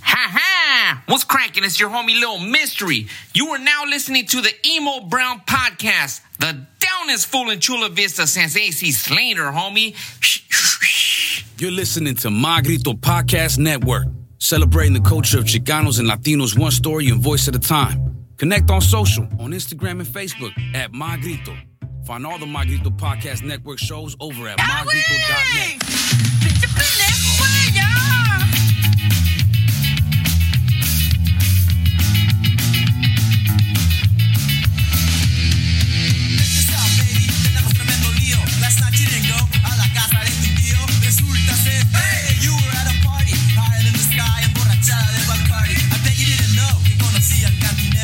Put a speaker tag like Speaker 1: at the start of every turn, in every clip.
Speaker 1: ha! What's cracking? It's your homie Little Mystery. You are now listening to the Emo Brown Podcast, the downest fool in Chula Vista since AC Slater, homie.
Speaker 2: You're listening to Magrito Podcast Network, celebrating the culture of Chicanos and Latinos one story and voice at a time. Connect on social, on Instagram and Facebook at Magrito. Find all the Magrito Podcast Network shows over at magrito.net.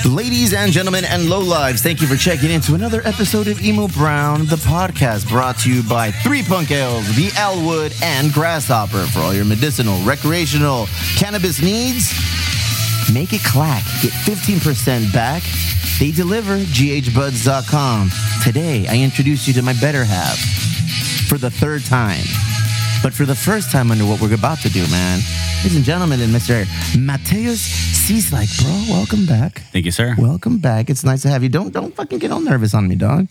Speaker 3: Ladies and gentlemen and low lives, thank you for checking into another episode of Emo Brown, the podcast brought to you by Three Punk Ales, the Elwood, and Grasshopper for all your medicinal, recreational, cannabis needs. Make it clack. Get 15% back. They deliver ghbuds.com. Today, I introduce you to my better half for the third time. But for the first time under what we're about to do, man. Ladies and gentlemen, and Mr. Mateus sees like, bro, welcome back.
Speaker 4: Thank you, sir.
Speaker 3: Welcome back. It's nice to have you. Don't don't fucking get all nervous on me, dog.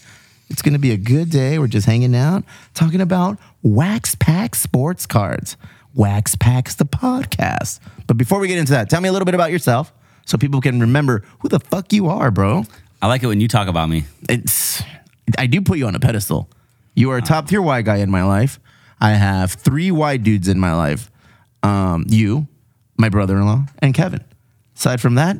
Speaker 3: It's gonna be a good day. We're just hanging out, talking about Wax Pack sports cards. Wax Packs the podcast. But before we get into that, tell me a little bit about yourself so people can remember who the fuck you are, bro.
Speaker 4: I like it when you talk about me.
Speaker 3: It's I do put you on a pedestal. You are a top tier Y guy in my life. I have three Y dudes in my life. Um, you, my brother in law, and Kevin. Aside from that,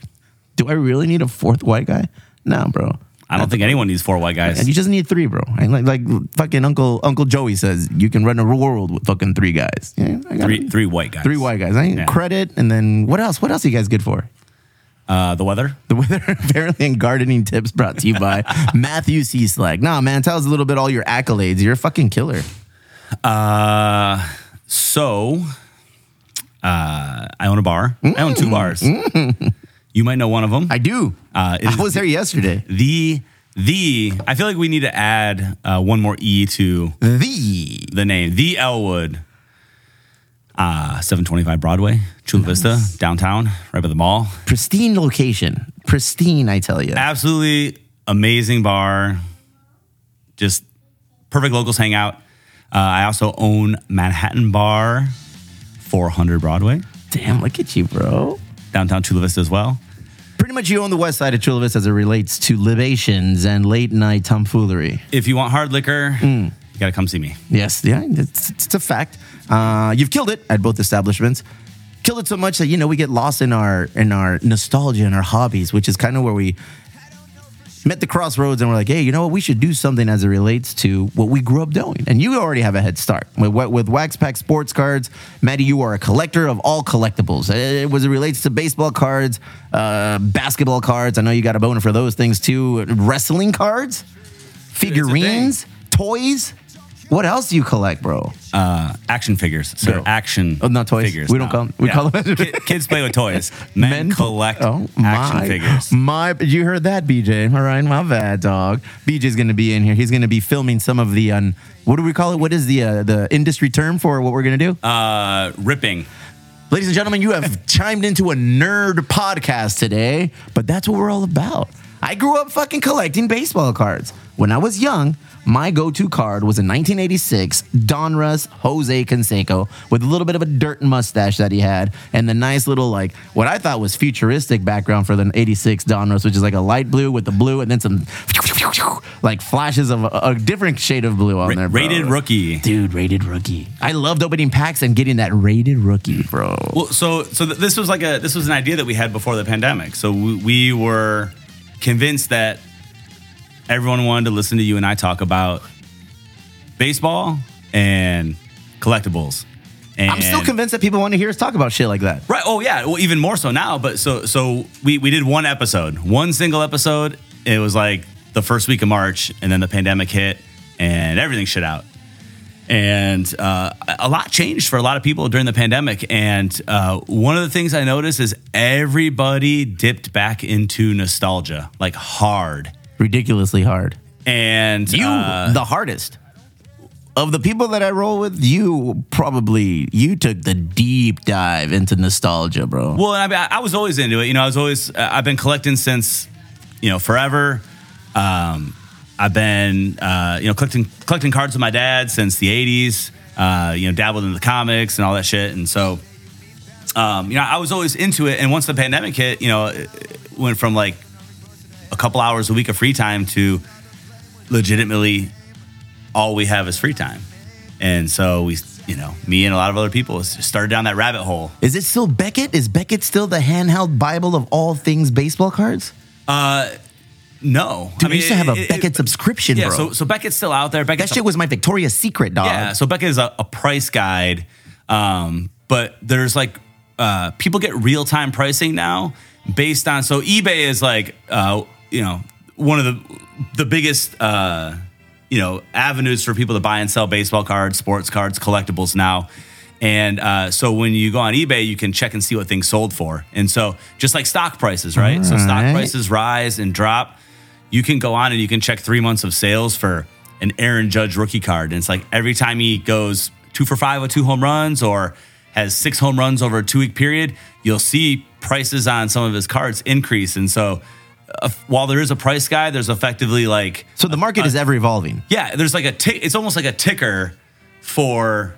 Speaker 3: do I really need a fourth white guy? No, bro.
Speaker 4: I don't think anyone needs four white
Speaker 3: And
Speaker 4: guys.
Speaker 3: you just need three, bro. And like, like fucking Uncle Uncle Joey says, you can run a world with fucking three guys. Yeah, I got
Speaker 4: Three, three white guys.
Speaker 3: three white guys. I ain't
Speaker 4: Yeah.
Speaker 3: credit, and then what else? What else are you guys good for?
Speaker 4: Uh, the weather.
Speaker 3: The weather apparently and gardening tips brought to you by Matthew C. Slag. Nah, man, tell us a little bit all your accolades. You're a fucking killer.
Speaker 4: Uh, so, uh, I own a bar. I own two bars. You might know one of them.
Speaker 3: Mm. I do.
Speaker 4: Uh, it
Speaker 3: I
Speaker 4: is-
Speaker 3: was there yesterday.
Speaker 4: the the. I feel like we need to add uh, one more e to
Speaker 3: The
Speaker 4: the name. The Elwood. Uh, 725 Broadway, Chula Vista, downtown, right by the mall.
Speaker 3: pristine location. Pristine, I tell you.
Speaker 4: absolutely amazing bar. Just perfect locals hangout. Uh, I also own Manhattan Bar, 400 Broadway,
Speaker 3: Damn, look at you, bro.
Speaker 4: downtown Chula Vista as well.
Speaker 3: Pretty much you own the west side of Chula Vista as it relates to libations and late night tomfoolery.
Speaker 4: If you want hard liquor,
Speaker 3: Hmm.
Speaker 4: you got to come see me.
Speaker 3: Yes, yeah, it's, it's a fact. Uh, you've killed it at both establishments. Killed it so much that you know we get lost in our in our nostalgia and our hobbies, which is kind of where we met the crossroads and we're like, hey, you know what? We should do something as it relates to what we grew up doing. And you already have a head start with with, with Wax Pack sports cards. Maddie, you are a collector of all collectibles. Uh, It, was it relates to baseball cards, uh, basketball cards. I know you got a boner for those things too. Wrestling cards, figurines, toys. What else do you collect, bro?
Speaker 4: Uh, action figures, sir.
Speaker 3: No.
Speaker 4: Action.
Speaker 3: Oh, not toys.
Speaker 4: Figures.
Speaker 3: We don't call 'em- we call 'em-
Speaker 4: Ki- kids play with toys. Men, collect action
Speaker 3: Oh, my, Hmm.
Speaker 4: figures.
Speaker 3: My, you heard that, BJ. All right, my bad, dog. BJ's gonna be in here. He's gonna be filming some of the. Um, what do we call it? What is the uh, the industry term for what we're gonna do?
Speaker 4: Uh, ripping.
Speaker 3: Ladies and gentlemen, you have chimed into a nerd podcast today, but that's what we're all about. I grew up fucking collecting baseball cards. When I was young, my go to card was a 1986 Donruss Jose Canseco with a little bit of a dirt mustache that he had and the nice little, like, what I thought was futuristic background for the 86 Donruss, which is like a light blue with the blue and then some like flashes of a, a different shade of blue on
Speaker 4: Ra-
Speaker 3: there. bro.
Speaker 4: rated rookie.
Speaker 3: Dude, rated rookie. I loved opening packs and getting that rated rookie, bro.
Speaker 4: Well, so so th- this was like a this was an idea that we had before the pandemic. So we, we were convinced that everyone wanted to listen to you and I talk about baseball and collectibles. And
Speaker 3: I'm still convinced that people want to hear us talk about shit like that.
Speaker 4: Right. Oh yeah. Well, even more so now. But so so we we did one episode, one single episode. It was like the first week of March, and then the pandemic hit, and everything shut out. And uh, a lot changed for a lot of people during the pandemic. And uh, one of the things I noticed is everybody dipped back into nostalgia, like hard.
Speaker 3: Ridiculously hard.
Speaker 4: And
Speaker 3: You,
Speaker 4: uh,
Speaker 3: the hardest. of the people that I roll with, you probably you took the deep dive into nostalgia, bro.
Speaker 4: Well, and I, I was always into it. You know, I was always uh, I've been collecting since you know forever. Um, I've been uh, you know collecting collecting cards with my dad since the '80s. Uh, you know, dabbled in the comics and all that shit, and so um, you know I was always into it. And once the pandemic hit, you know, it it went from like a couple hours a week of free time to legitimately all we have is free time. And so we, you know, me and a lot of other people s- started down that rabbit hole.
Speaker 3: Is it still Beckett? Is Beckett still the handheld Bible of all things baseball cards?
Speaker 4: No,
Speaker 3: Dude, I, used to have a
Speaker 4: it- it-
Speaker 3: Beckett subscription,
Speaker 4: Yeah,
Speaker 3: bro.
Speaker 4: so so Beckett's still out there. Beckett's
Speaker 3: that shit was my Victoria's Secret, dog.
Speaker 4: yeah. So Beckett is a, a price guide, um, but there's like uh, people get real time pricing now based on. So eBay is like uh, you know one of the the biggest uh, you know avenues for people to buy and sell baseball cards, sports cards, collectibles now. And uh, so when you go on eBay, you can check and see what things sold for. And so just like stock prices, right? so stock
Speaker 3: Alright.
Speaker 4: prices rise and drop. You can go on and you can check three months of sales for an Aaron Judge rookie card. And it's like every time he goes two for five with two home runs or has six home runs over a two week period, you'll see prices on some of his cards increase. And so uh, while there is a price guy, there's effectively like,
Speaker 3: So the market is ever evolving.
Speaker 4: yeah, there's like a tick, it's almost like a ticker for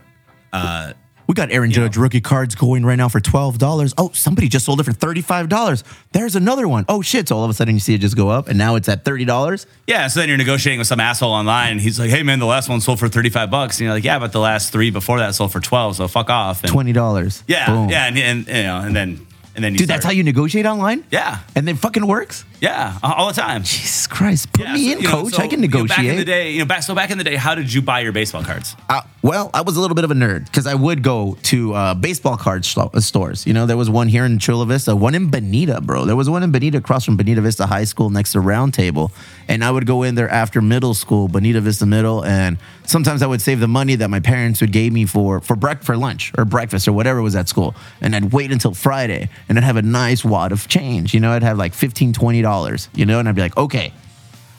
Speaker 3: We got Aaron Judge rookie cards going right now for twelve dollars. Oh, somebody just sold it for thirty-five dollars. There's another one. Oh shit! So all of a sudden you see it just go up, and now it's at thirty dollars.
Speaker 4: Yeah, so then you're negotiating with some asshole online. And he's like, "Hey man, the last one sold for 35 bucks." And you're like, "Yeah, but the last three before that sold for 12, so fuck off." And
Speaker 3: Twenty dollars.
Speaker 4: Yeah, yeah, and, and you know, and then and then you
Speaker 3: Dude, that's how
Speaker 4: start-
Speaker 3: you negotiate online.
Speaker 4: Yeah.
Speaker 3: and then fucking works.
Speaker 4: yeah, a- all the time.
Speaker 3: Jesus Christ, put
Speaker 4: Yeah,
Speaker 3: me
Speaker 4: so,
Speaker 3: in,
Speaker 4: you know,
Speaker 3: coach.
Speaker 4: so,
Speaker 3: I can
Speaker 4: you know,
Speaker 3: negotiate.
Speaker 4: back in the day, you know, back, so back in the day, how did you buy your baseball cards?
Speaker 3: uh, well, I was a little bit of a nerd because I would go to uh, baseball card sto- uh, stores. You know, there was one here in Chula Vista, one in Bonita, bro. There was one in Bonita across from Bonita Vista High School next to Round Table. And I would go in there after middle school, Bonita Vista Middle. And sometimes I would save the money that my parents would gave me for, for, break- for lunch or breakfast or whatever was at school. And I'd wait until Friday and I'd have a nice wad of change. You know, I'd have like $15, $20, you know, and I'd be like, okay,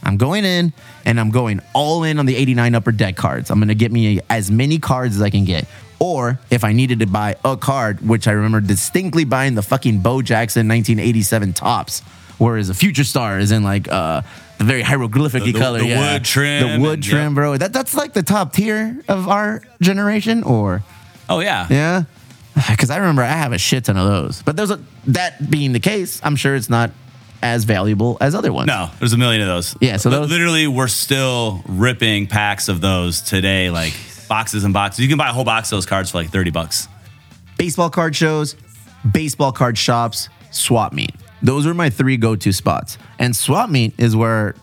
Speaker 3: I'm going in and I'm going all in on the 89 upper deck cards. I'm going to get me as many cards as I can get. Or if I needed to buy a card, which I remember distinctly buying the fucking Bo Jackson 1987 tops, whereas a future star is in like uh, the very hieroglyphic
Speaker 4: The- the-
Speaker 3: color.
Speaker 4: the
Speaker 3: yeah.
Speaker 4: wood trim
Speaker 3: The wood
Speaker 4: and-
Speaker 3: trim,
Speaker 4: yep.
Speaker 3: bro. That, that's like the top tier of our generation, or
Speaker 4: Oh yeah,
Speaker 3: yeah. Because I remember I have a shit ton of those. But there's a, that being the case, I'm sure it's not as valuable as other ones.
Speaker 4: No, there's a million of those.
Speaker 3: Yeah, so
Speaker 4: Li-
Speaker 3: those-
Speaker 4: literally, we're still ripping packs of those today, like boxes and boxes. You can buy a whole box of those cards for like 30 bucks.
Speaker 3: baseball card shows, baseball card shops, swap meet. Those were my three go-to spots. And swap meet is where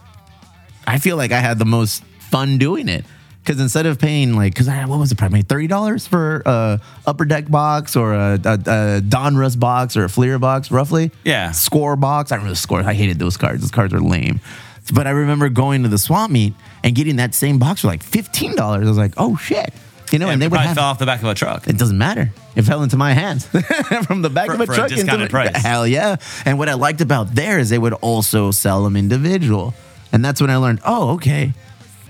Speaker 3: I feel like I had the most fun doing it. Cause instead of paying like, cause I what was the price? Maybe Thirty dollars for a upper deck box or a, a, a Donruss box or a Fleer box, roughly.
Speaker 4: Yeah.
Speaker 3: Score box. I remember the score. I hated those cards. Those cards were lame. But I remember going to the swap meet and getting that same box for like fifteen dollars. I was like, oh shit, you know.
Speaker 4: Yeah,
Speaker 3: and they would
Speaker 4: probably
Speaker 3: have
Speaker 4: fell off the back of a truck.
Speaker 3: it doesn't matter. It fell into my hands from the back
Speaker 4: For-
Speaker 3: of a
Speaker 4: for a
Speaker 3: truck. into
Speaker 4: discounted
Speaker 3: my-
Speaker 4: price.
Speaker 3: Hell yeah! And what I liked about there is they would also sell them individual, and that's when I learned. Oh, okay,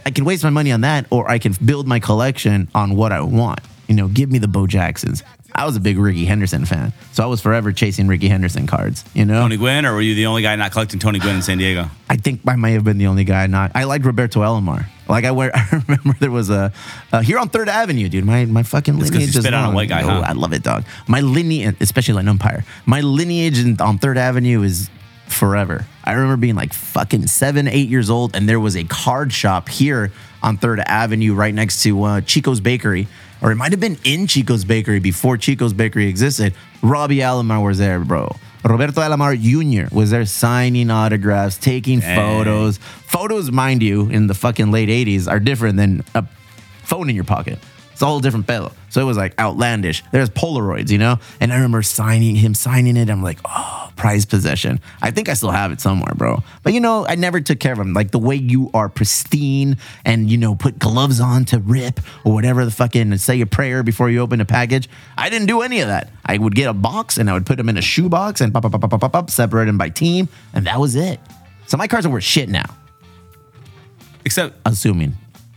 Speaker 3: I can waste my money on that, or I can build my collection on what I want. You know, give me the Bo Jacksons. I was a big Ricky Henderson fan, so I was forever chasing Ricky Henderson cards. You know,
Speaker 4: Tony Gwynn, or were you the only guy not collecting Tony Gwynn in San Diego?
Speaker 3: I think I may have been the only guy not. I liked Roberto Alomar. Like I, went, I remember there was a uh, here on Third Avenue, dude. My my fucking
Speaker 4: 'cause you
Speaker 3: lineage is
Speaker 4: spit on a
Speaker 3: long.
Speaker 4: white guy,
Speaker 3: No,
Speaker 4: huh?
Speaker 3: I love it, dog. My lineage, especially like an umpire, my lineage in, on Third Avenue is forever. I remember being like fucking seven, eight years old, and there was a card shop here on Third Avenue, right next to uh, Chico's Bakery, or it might have been in Chico's Bakery before Chico's Bakery existed. Robbie Alomar was there, bro. Roberto Alomar Jr. was there signing autographs, taking photos. Photos, mind you, in the fucking late 80s are different than a phone in your pocket. It's a whole different fellow. So it was like outlandish. There's Polaroids, you know? And I remember signing him signing it. I'm like, oh, prized possession. I think I still have it somewhere, bro. But you know, I never took care of him. Like the way you are pristine and, you know, put gloves on to rip or whatever the fucking and say a prayer before you open a package. I didn't do any of that. I would get a box and I would put them in a shoe box and pop, pop, pop, pop, pop, pop, pop, separate them by team. And that was it. So my cards are worth shit now,
Speaker 4: Except,
Speaker 3: assuming.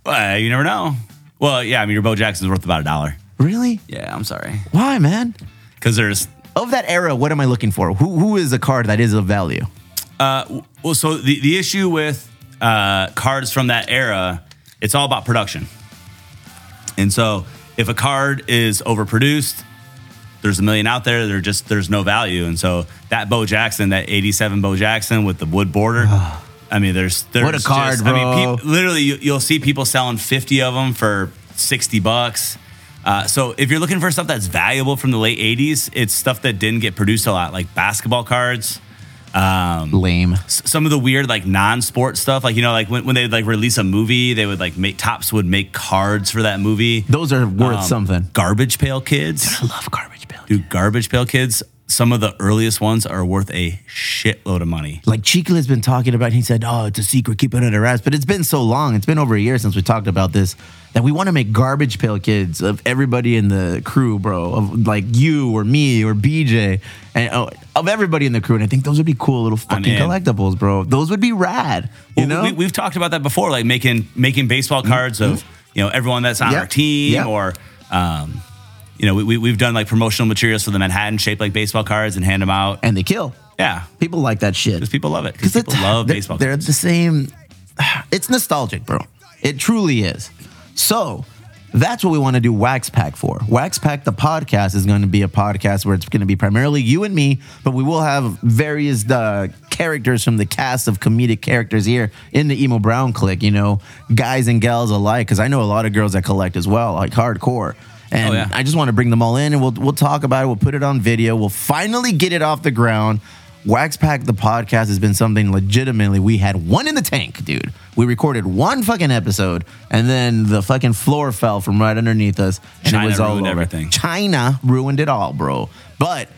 Speaker 4: well, you never know. Well, yeah, I mean your Bo Jackson's worth about a dollar.
Speaker 3: Really?
Speaker 4: Yeah, I'm sorry,
Speaker 3: Why, man?
Speaker 4: because there's
Speaker 3: Of that era, what am I looking for? Who who is a card that is of value?
Speaker 4: well, so the the issue with uh, cards from that era, it's all about production, and so if a card is overproduced. There's a million out there. There just there's no value, and so that Bo Jackson, that '87 Bo Jackson with the wood border. I mean, there's there's
Speaker 3: a card,
Speaker 4: just- I
Speaker 3: bro.
Speaker 4: mean, peop literally, you, you'll see people selling 50 of them for 60 bucks. Uh, so if you're looking for stuff that's valuable from the late '80s, it's stuff that didn't get produced a lot, like basketball cards
Speaker 3: Lame.
Speaker 4: s- some of the weird like non-sport stuff like you know like when, when they would like release a movie they would like make tops would make cards for that movie
Speaker 3: Those are worth
Speaker 4: Um,
Speaker 3: something.
Speaker 4: garbage pail kids
Speaker 3: I love garbage bill.
Speaker 4: dude garbage pail kids some of the earliest ones are worth a shitload of money
Speaker 3: Like Chico has been talking about, he said, "Oh, it's a secret, keep it under wraps." But it's been so long; it's been over a year since we talked about this that we want to make garbage pail kids of everybody in the crew, bro, of like you or me or BJ, and oh, of everybody in the crew. And I think those would be cool little fucking
Speaker 4: in.
Speaker 3: collectibles, bro. Those would be rad, you
Speaker 4: Well,
Speaker 3: know? Mm-hmm.
Speaker 4: we, we've talked about that before like making making baseball cards of you know everyone that's on
Speaker 3: Yeah.
Speaker 4: our team
Speaker 3: Yeah.
Speaker 4: or um you know we, we, we've done like promotional materials for the manhattan shaped like baseball cards and hand them out
Speaker 3: and they kill.
Speaker 4: yeah
Speaker 3: People like that shit.
Speaker 4: because people love it because people
Speaker 3: it's-
Speaker 4: love
Speaker 3: they're-
Speaker 4: baseball
Speaker 3: They're the same. It's nostalgic, bro. It truly is. So that's what we want to do Wax Pack for. Wax Pack, the podcast, is going to be a podcast where it's going to be primarily you and me, but we will have various uh, characters from the cast of comedic characters here in the Emo Brown clique, you know, guys and gals alike, because I know a lot of girls that collect as well, like hardcore. And
Speaker 4: Oh, yeah.
Speaker 3: I just want to bring them all in and we'll we'll talk about it. We'll put it on video. We'll finally get it off the ground. Wax Pack the podcast has been something legitimately we had one in the tank, dude. We recorded one fucking episode and then the fucking floor fell from right underneath us and
Speaker 4: China
Speaker 3: it was all
Speaker 4: ruined
Speaker 3: over.
Speaker 4: everything.
Speaker 3: China ruined it all, bro. But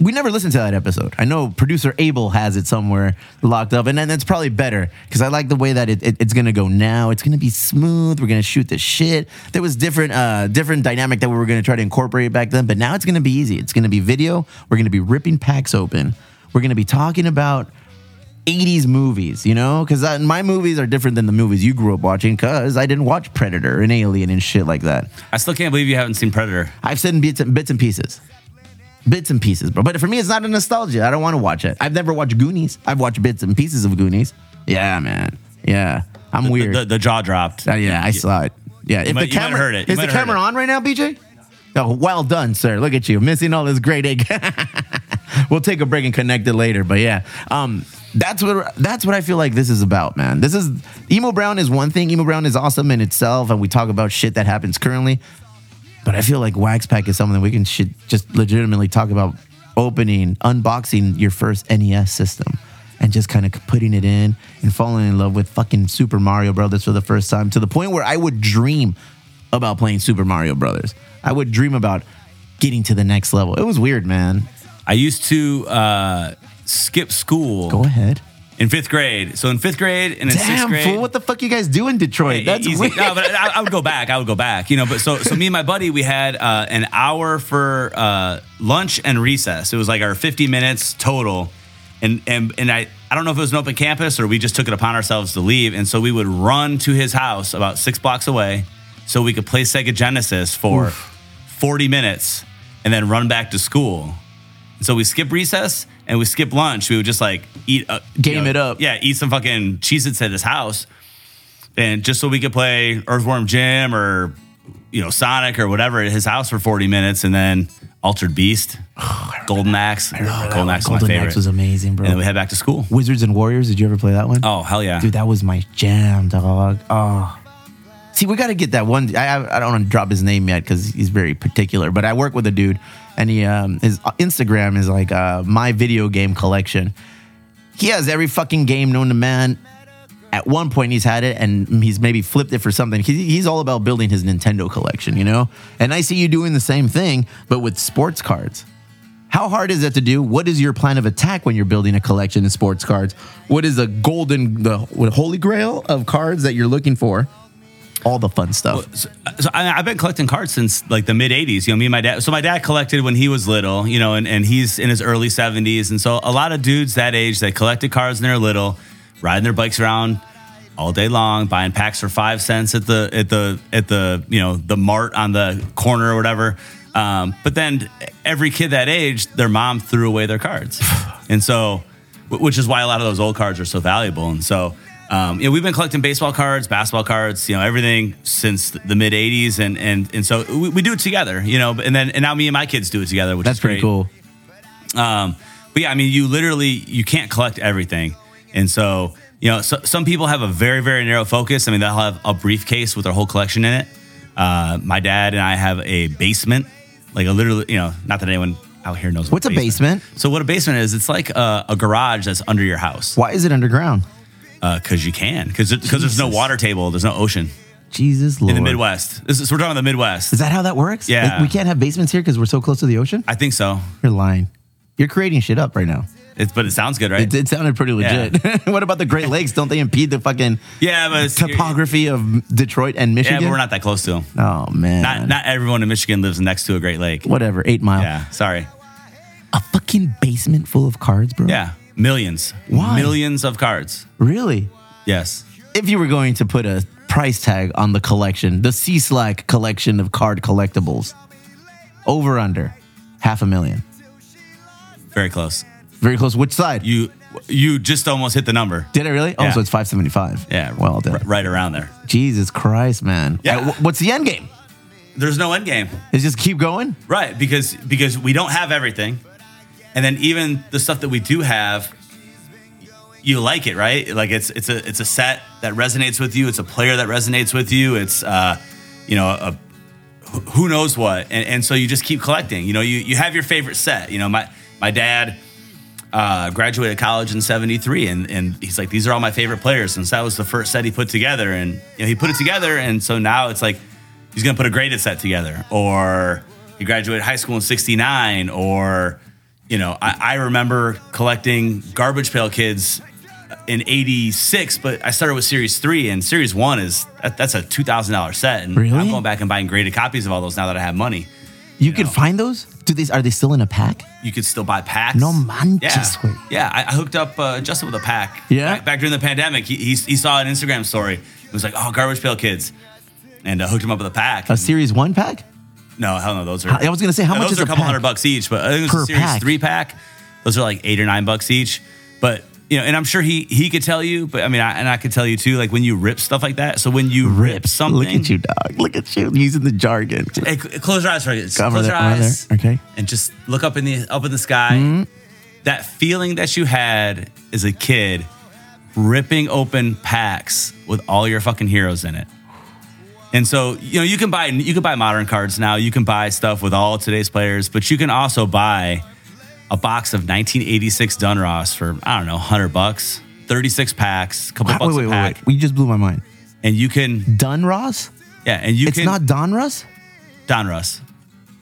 Speaker 3: we never listened to that episode. I know producer Abel has it somewhere locked up, and then that's probably better because I like the way that it, it- it's gonna go now. It's gonna be smooth. We're gonna shoot the shit. There was different uh, different dynamic that we were gonna try to incorporate back then, but now it's gonna be easy. It's gonna be video. We're gonna be ripping packs open. We're gonna be talking about 80s movies, you know? Because my movies are different than the movies you grew up watching because I didn't watch Predator and Alien and shit like that.
Speaker 4: i still can't believe you haven't seen predator
Speaker 3: I've seen bits and, bits and pieces. Bits and pieces, bro. But for me, it's not a nostalgia. I don't want to watch it. I've never watched Goonies. I've watched bits and pieces of Goonies. Yeah, man. Yeah. I'm
Speaker 4: The-
Speaker 3: weird.
Speaker 4: The, the jaw dropped.
Speaker 3: Uh, yeah, I saw it. Yeah. If the
Speaker 4: might- you might have
Speaker 3: camera
Speaker 4: heard it. You
Speaker 3: is the
Speaker 4: might have heard
Speaker 3: camera
Speaker 4: it.
Speaker 3: on right now, BJ? Oh, well done, sir. Look at you. Missing all this great egg. we'll take a break and connect it later. But yeah, um, that's what that's what I feel like this is about, man. This is emo brown is one thing. Emo brown is awesome in itself, and we talk about shit that happens currently. But I feel like Wax Pack is something we can shit just legitimately talk about opening, unboxing your first NES system and just kind of putting it in and falling in love with fucking Super Mario Brothers for the first time to the point where I would dream about playing Super Mario Brothers. I would dream about getting to the next level. It was weird, man.
Speaker 4: I used to uh, skip school
Speaker 3: Go ahead.
Speaker 4: in fifth grade. So in fifth grade and in sixth
Speaker 3: Damn,
Speaker 4: grade.
Speaker 3: fool, what the fuck you guys do in Detroit?
Speaker 4: e-
Speaker 3: That's
Speaker 4: easy.
Speaker 3: weird.
Speaker 4: No, but I, I would go back. I would go back. You know, but so so me and my buddy, we had uh, an hour for uh, lunch and recess. It was like our 50 minutes total, and and and I I don't know if it was an open campus or we just took it upon ourselves to leave, and so we would run to his house about six blocks away, so we could play Sega Genesis for 40 minutes, and then run back to school. So we skip recess and we skip lunch. We would just like eat, uh,
Speaker 3: Game it up.
Speaker 4: Yeah, eat some fucking Cheez-Its at his house, and just so we could play Earthworm Jim or you know Sonic or whatever at his house for forty minutes, and then Altered Beast, Golden Axe. Oh, Golden Axe was my
Speaker 3: Golden
Speaker 4: favorite.
Speaker 3: Axe was amazing, bro.
Speaker 4: and then we head back to school.
Speaker 3: Wizards and Warriors, did you ever play that one?
Speaker 4: Oh hell yeah!
Speaker 3: dude that was my jam dog oh see we gotta get that one i, I I don't want to drop his name yet because he's very particular but i work with a dude and he um, his instagram is like uh, my video game collection he has every fucking game known to man at one point he's had it and he's maybe flipped it for something he, he's all about building his nintendo collection you know and i see you doing the same thing but with sports cards how hard is that to do? What is your plan of attack when you're building a collection of sports cards? What is a golden, the what, holy grail of cards that you're looking for? All the fun stuff.
Speaker 4: so, so I, I've been collecting cards since like the mid '80s. You know, me and my dad. So my dad collected when he was little. You know, and, and he's in his early 70s. And so a lot of dudes that age that collected cards when they're little, riding their bikes around, all day long, buying packs for five cents at the at the at the you know the mart on the corner or whatever. Um, but then every kid that age, their mom threw away their cards, and so wh- which is why a lot of those old cards are so valuable. And so um, you know we've been collecting baseball cards, basketball cards, you know everything since the mid '80s, and and and so we, we do it together, you know. And then and now me and my kids do it together, which
Speaker 3: That's
Speaker 4: is great.
Speaker 3: pretty cool.
Speaker 4: Um, but yeah, I mean, you literally you can't collect everything, and so you know so, some people have a very very narrow focus. I mean, they'll have a briefcase with their whole collection in it. Uh, my dad and I have a basement, like a literally, you know, not that anyone out here knows
Speaker 3: What's a basement?
Speaker 4: So what a basement is, it's like a, a garage that's under your house
Speaker 3: Why is it underground?
Speaker 4: because you can because because there's no
Speaker 3: Jesus.
Speaker 4: water table, there's no ocean
Speaker 3: Jesus Lord.
Speaker 4: in the Midwest. This is, so we're talking about the Midwest.
Speaker 3: Is that how that works?
Speaker 4: Yeah.
Speaker 3: Like, we can't have basements here because we're so close to the ocean?
Speaker 4: I think so.
Speaker 3: You're lying. You're creating shit up right now.
Speaker 4: It's, but it sounds good, right?
Speaker 3: It, it sounded pretty legit. what about the Great Lakes? Don't they impede the fucking
Speaker 4: Yeah, but it's-
Speaker 3: topography of Detroit and
Speaker 4: Yeah,
Speaker 3: Michigan?
Speaker 4: but we're not that close to them.
Speaker 3: Oh man.
Speaker 4: Not not everyone in Michigan lives next to a Great Lake.
Speaker 3: Whatever. Eight Mile.
Speaker 4: Yeah, sorry.
Speaker 3: A fucking basement full of cards, bro.
Speaker 4: Yeah, millions.
Speaker 3: Why?
Speaker 4: Millions of cards.
Speaker 3: Really.
Speaker 4: Yes.
Speaker 3: If you were going to put a price tag on the collection, the C Slack collection of card collectibles, over under half a million.
Speaker 4: Very close.
Speaker 3: Very close. Which side?
Speaker 4: You you just almost hit the number.
Speaker 3: did I really? Oh,
Speaker 4: Yeah.
Speaker 3: so it's five seventy five.
Speaker 4: Yeah.
Speaker 3: Well done.
Speaker 4: r- right around there.
Speaker 3: Jesus Christ, man.
Speaker 4: Yeah.
Speaker 3: Uh, wh- what's the end game?
Speaker 4: There's no end game.
Speaker 3: Is just keep going?
Speaker 4: Right, because because we don't have everything. And then even the stuff that we do have you like it, right? Like it's it's a it's a set that resonates with you, it's a player that resonates with you, it's uh you know, a who knows what and, and so you just keep collecting you know you, you have your favorite set you know my my dad uh, graduated college in 73 and, and he's like these are all my favorite players and so that was the first set he put together and you know he put it together and so now it's like he's gonna put a graded set together or he graduated high school in 69 or you know i, I remember collecting garbage pail kids in 86 but i started with series 3 and series 1 is that, that's a $2000 set and i'm
Speaker 3: Really?
Speaker 4: going back and buying graded copies of all those now that i have money
Speaker 3: You, can
Speaker 4: know.
Speaker 3: find those? Do these are they still in a pack?
Speaker 4: you could still buy packs.
Speaker 3: No manches,
Speaker 4: Yeah,
Speaker 3: güey.
Speaker 4: yeah. I, I hooked up uh, Justin with a pack.
Speaker 3: Yeah?
Speaker 4: Back, back during the pandemic, he, he, he saw an Instagram story. It was like, oh, Garbage Pail Kids. And uh, hooked him up with a pack.
Speaker 3: A series one pack?
Speaker 4: no, hell no, those are.
Speaker 3: I was gonna say, how
Speaker 4: No,
Speaker 3: much
Speaker 4: those
Speaker 3: is
Speaker 4: are
Speaker 3: a
Speaker 4: couple
Speaker 3: pack?
Speaker 4: hundred bucks each, but I think it was
Speaker 3: Per
Speaker 4: a series
Speaker 3: pack.
Speaker 4: three pack. Those are like eight or nine bucks each. But you know, and I'm sure he he could tell you, but I mean, I, and I could tell you too, like when you rip stuff like that. So when you rip, something,
Speaker 3: Look at you, dog. Look at you using the jargon.
Speaker 4: Hey, cl- close your eyes for a second.
Speaker 3: Cover
Speaker 4: Close
Speaker 3: the-
Speaker 4: your
Speaker 3: over there.
Speaker 4: eyes.
Speaker 3: Okay.
Speaker 4: And just look up in the up in the sky.
Speaker 3: Mm-hmm.
Speaker 4: That feeling that you had as a kid ripping open packs with all your fucking heroes in it. And so, you know, you can buy you can buy modern cards now. You can buy stuff with all today's players, but you can also buy a box of 1986 Dunross for I don't know, 100 bucks, 36 packs, couple
Speaker 3: Wait,
Speaker 4: bucks
Speaker 3: wait, wait,
Speaker 4: a pack.
Speaker 3: wait. You just blew my mind.
Speaker 4: And you can
Speaker 3: Dun Ross?
Speaker 4: yeah, and you
Speaker 3: It's
Speaker 4: can
Speaker 3: not Donruss?
Speaker 4: Donruss.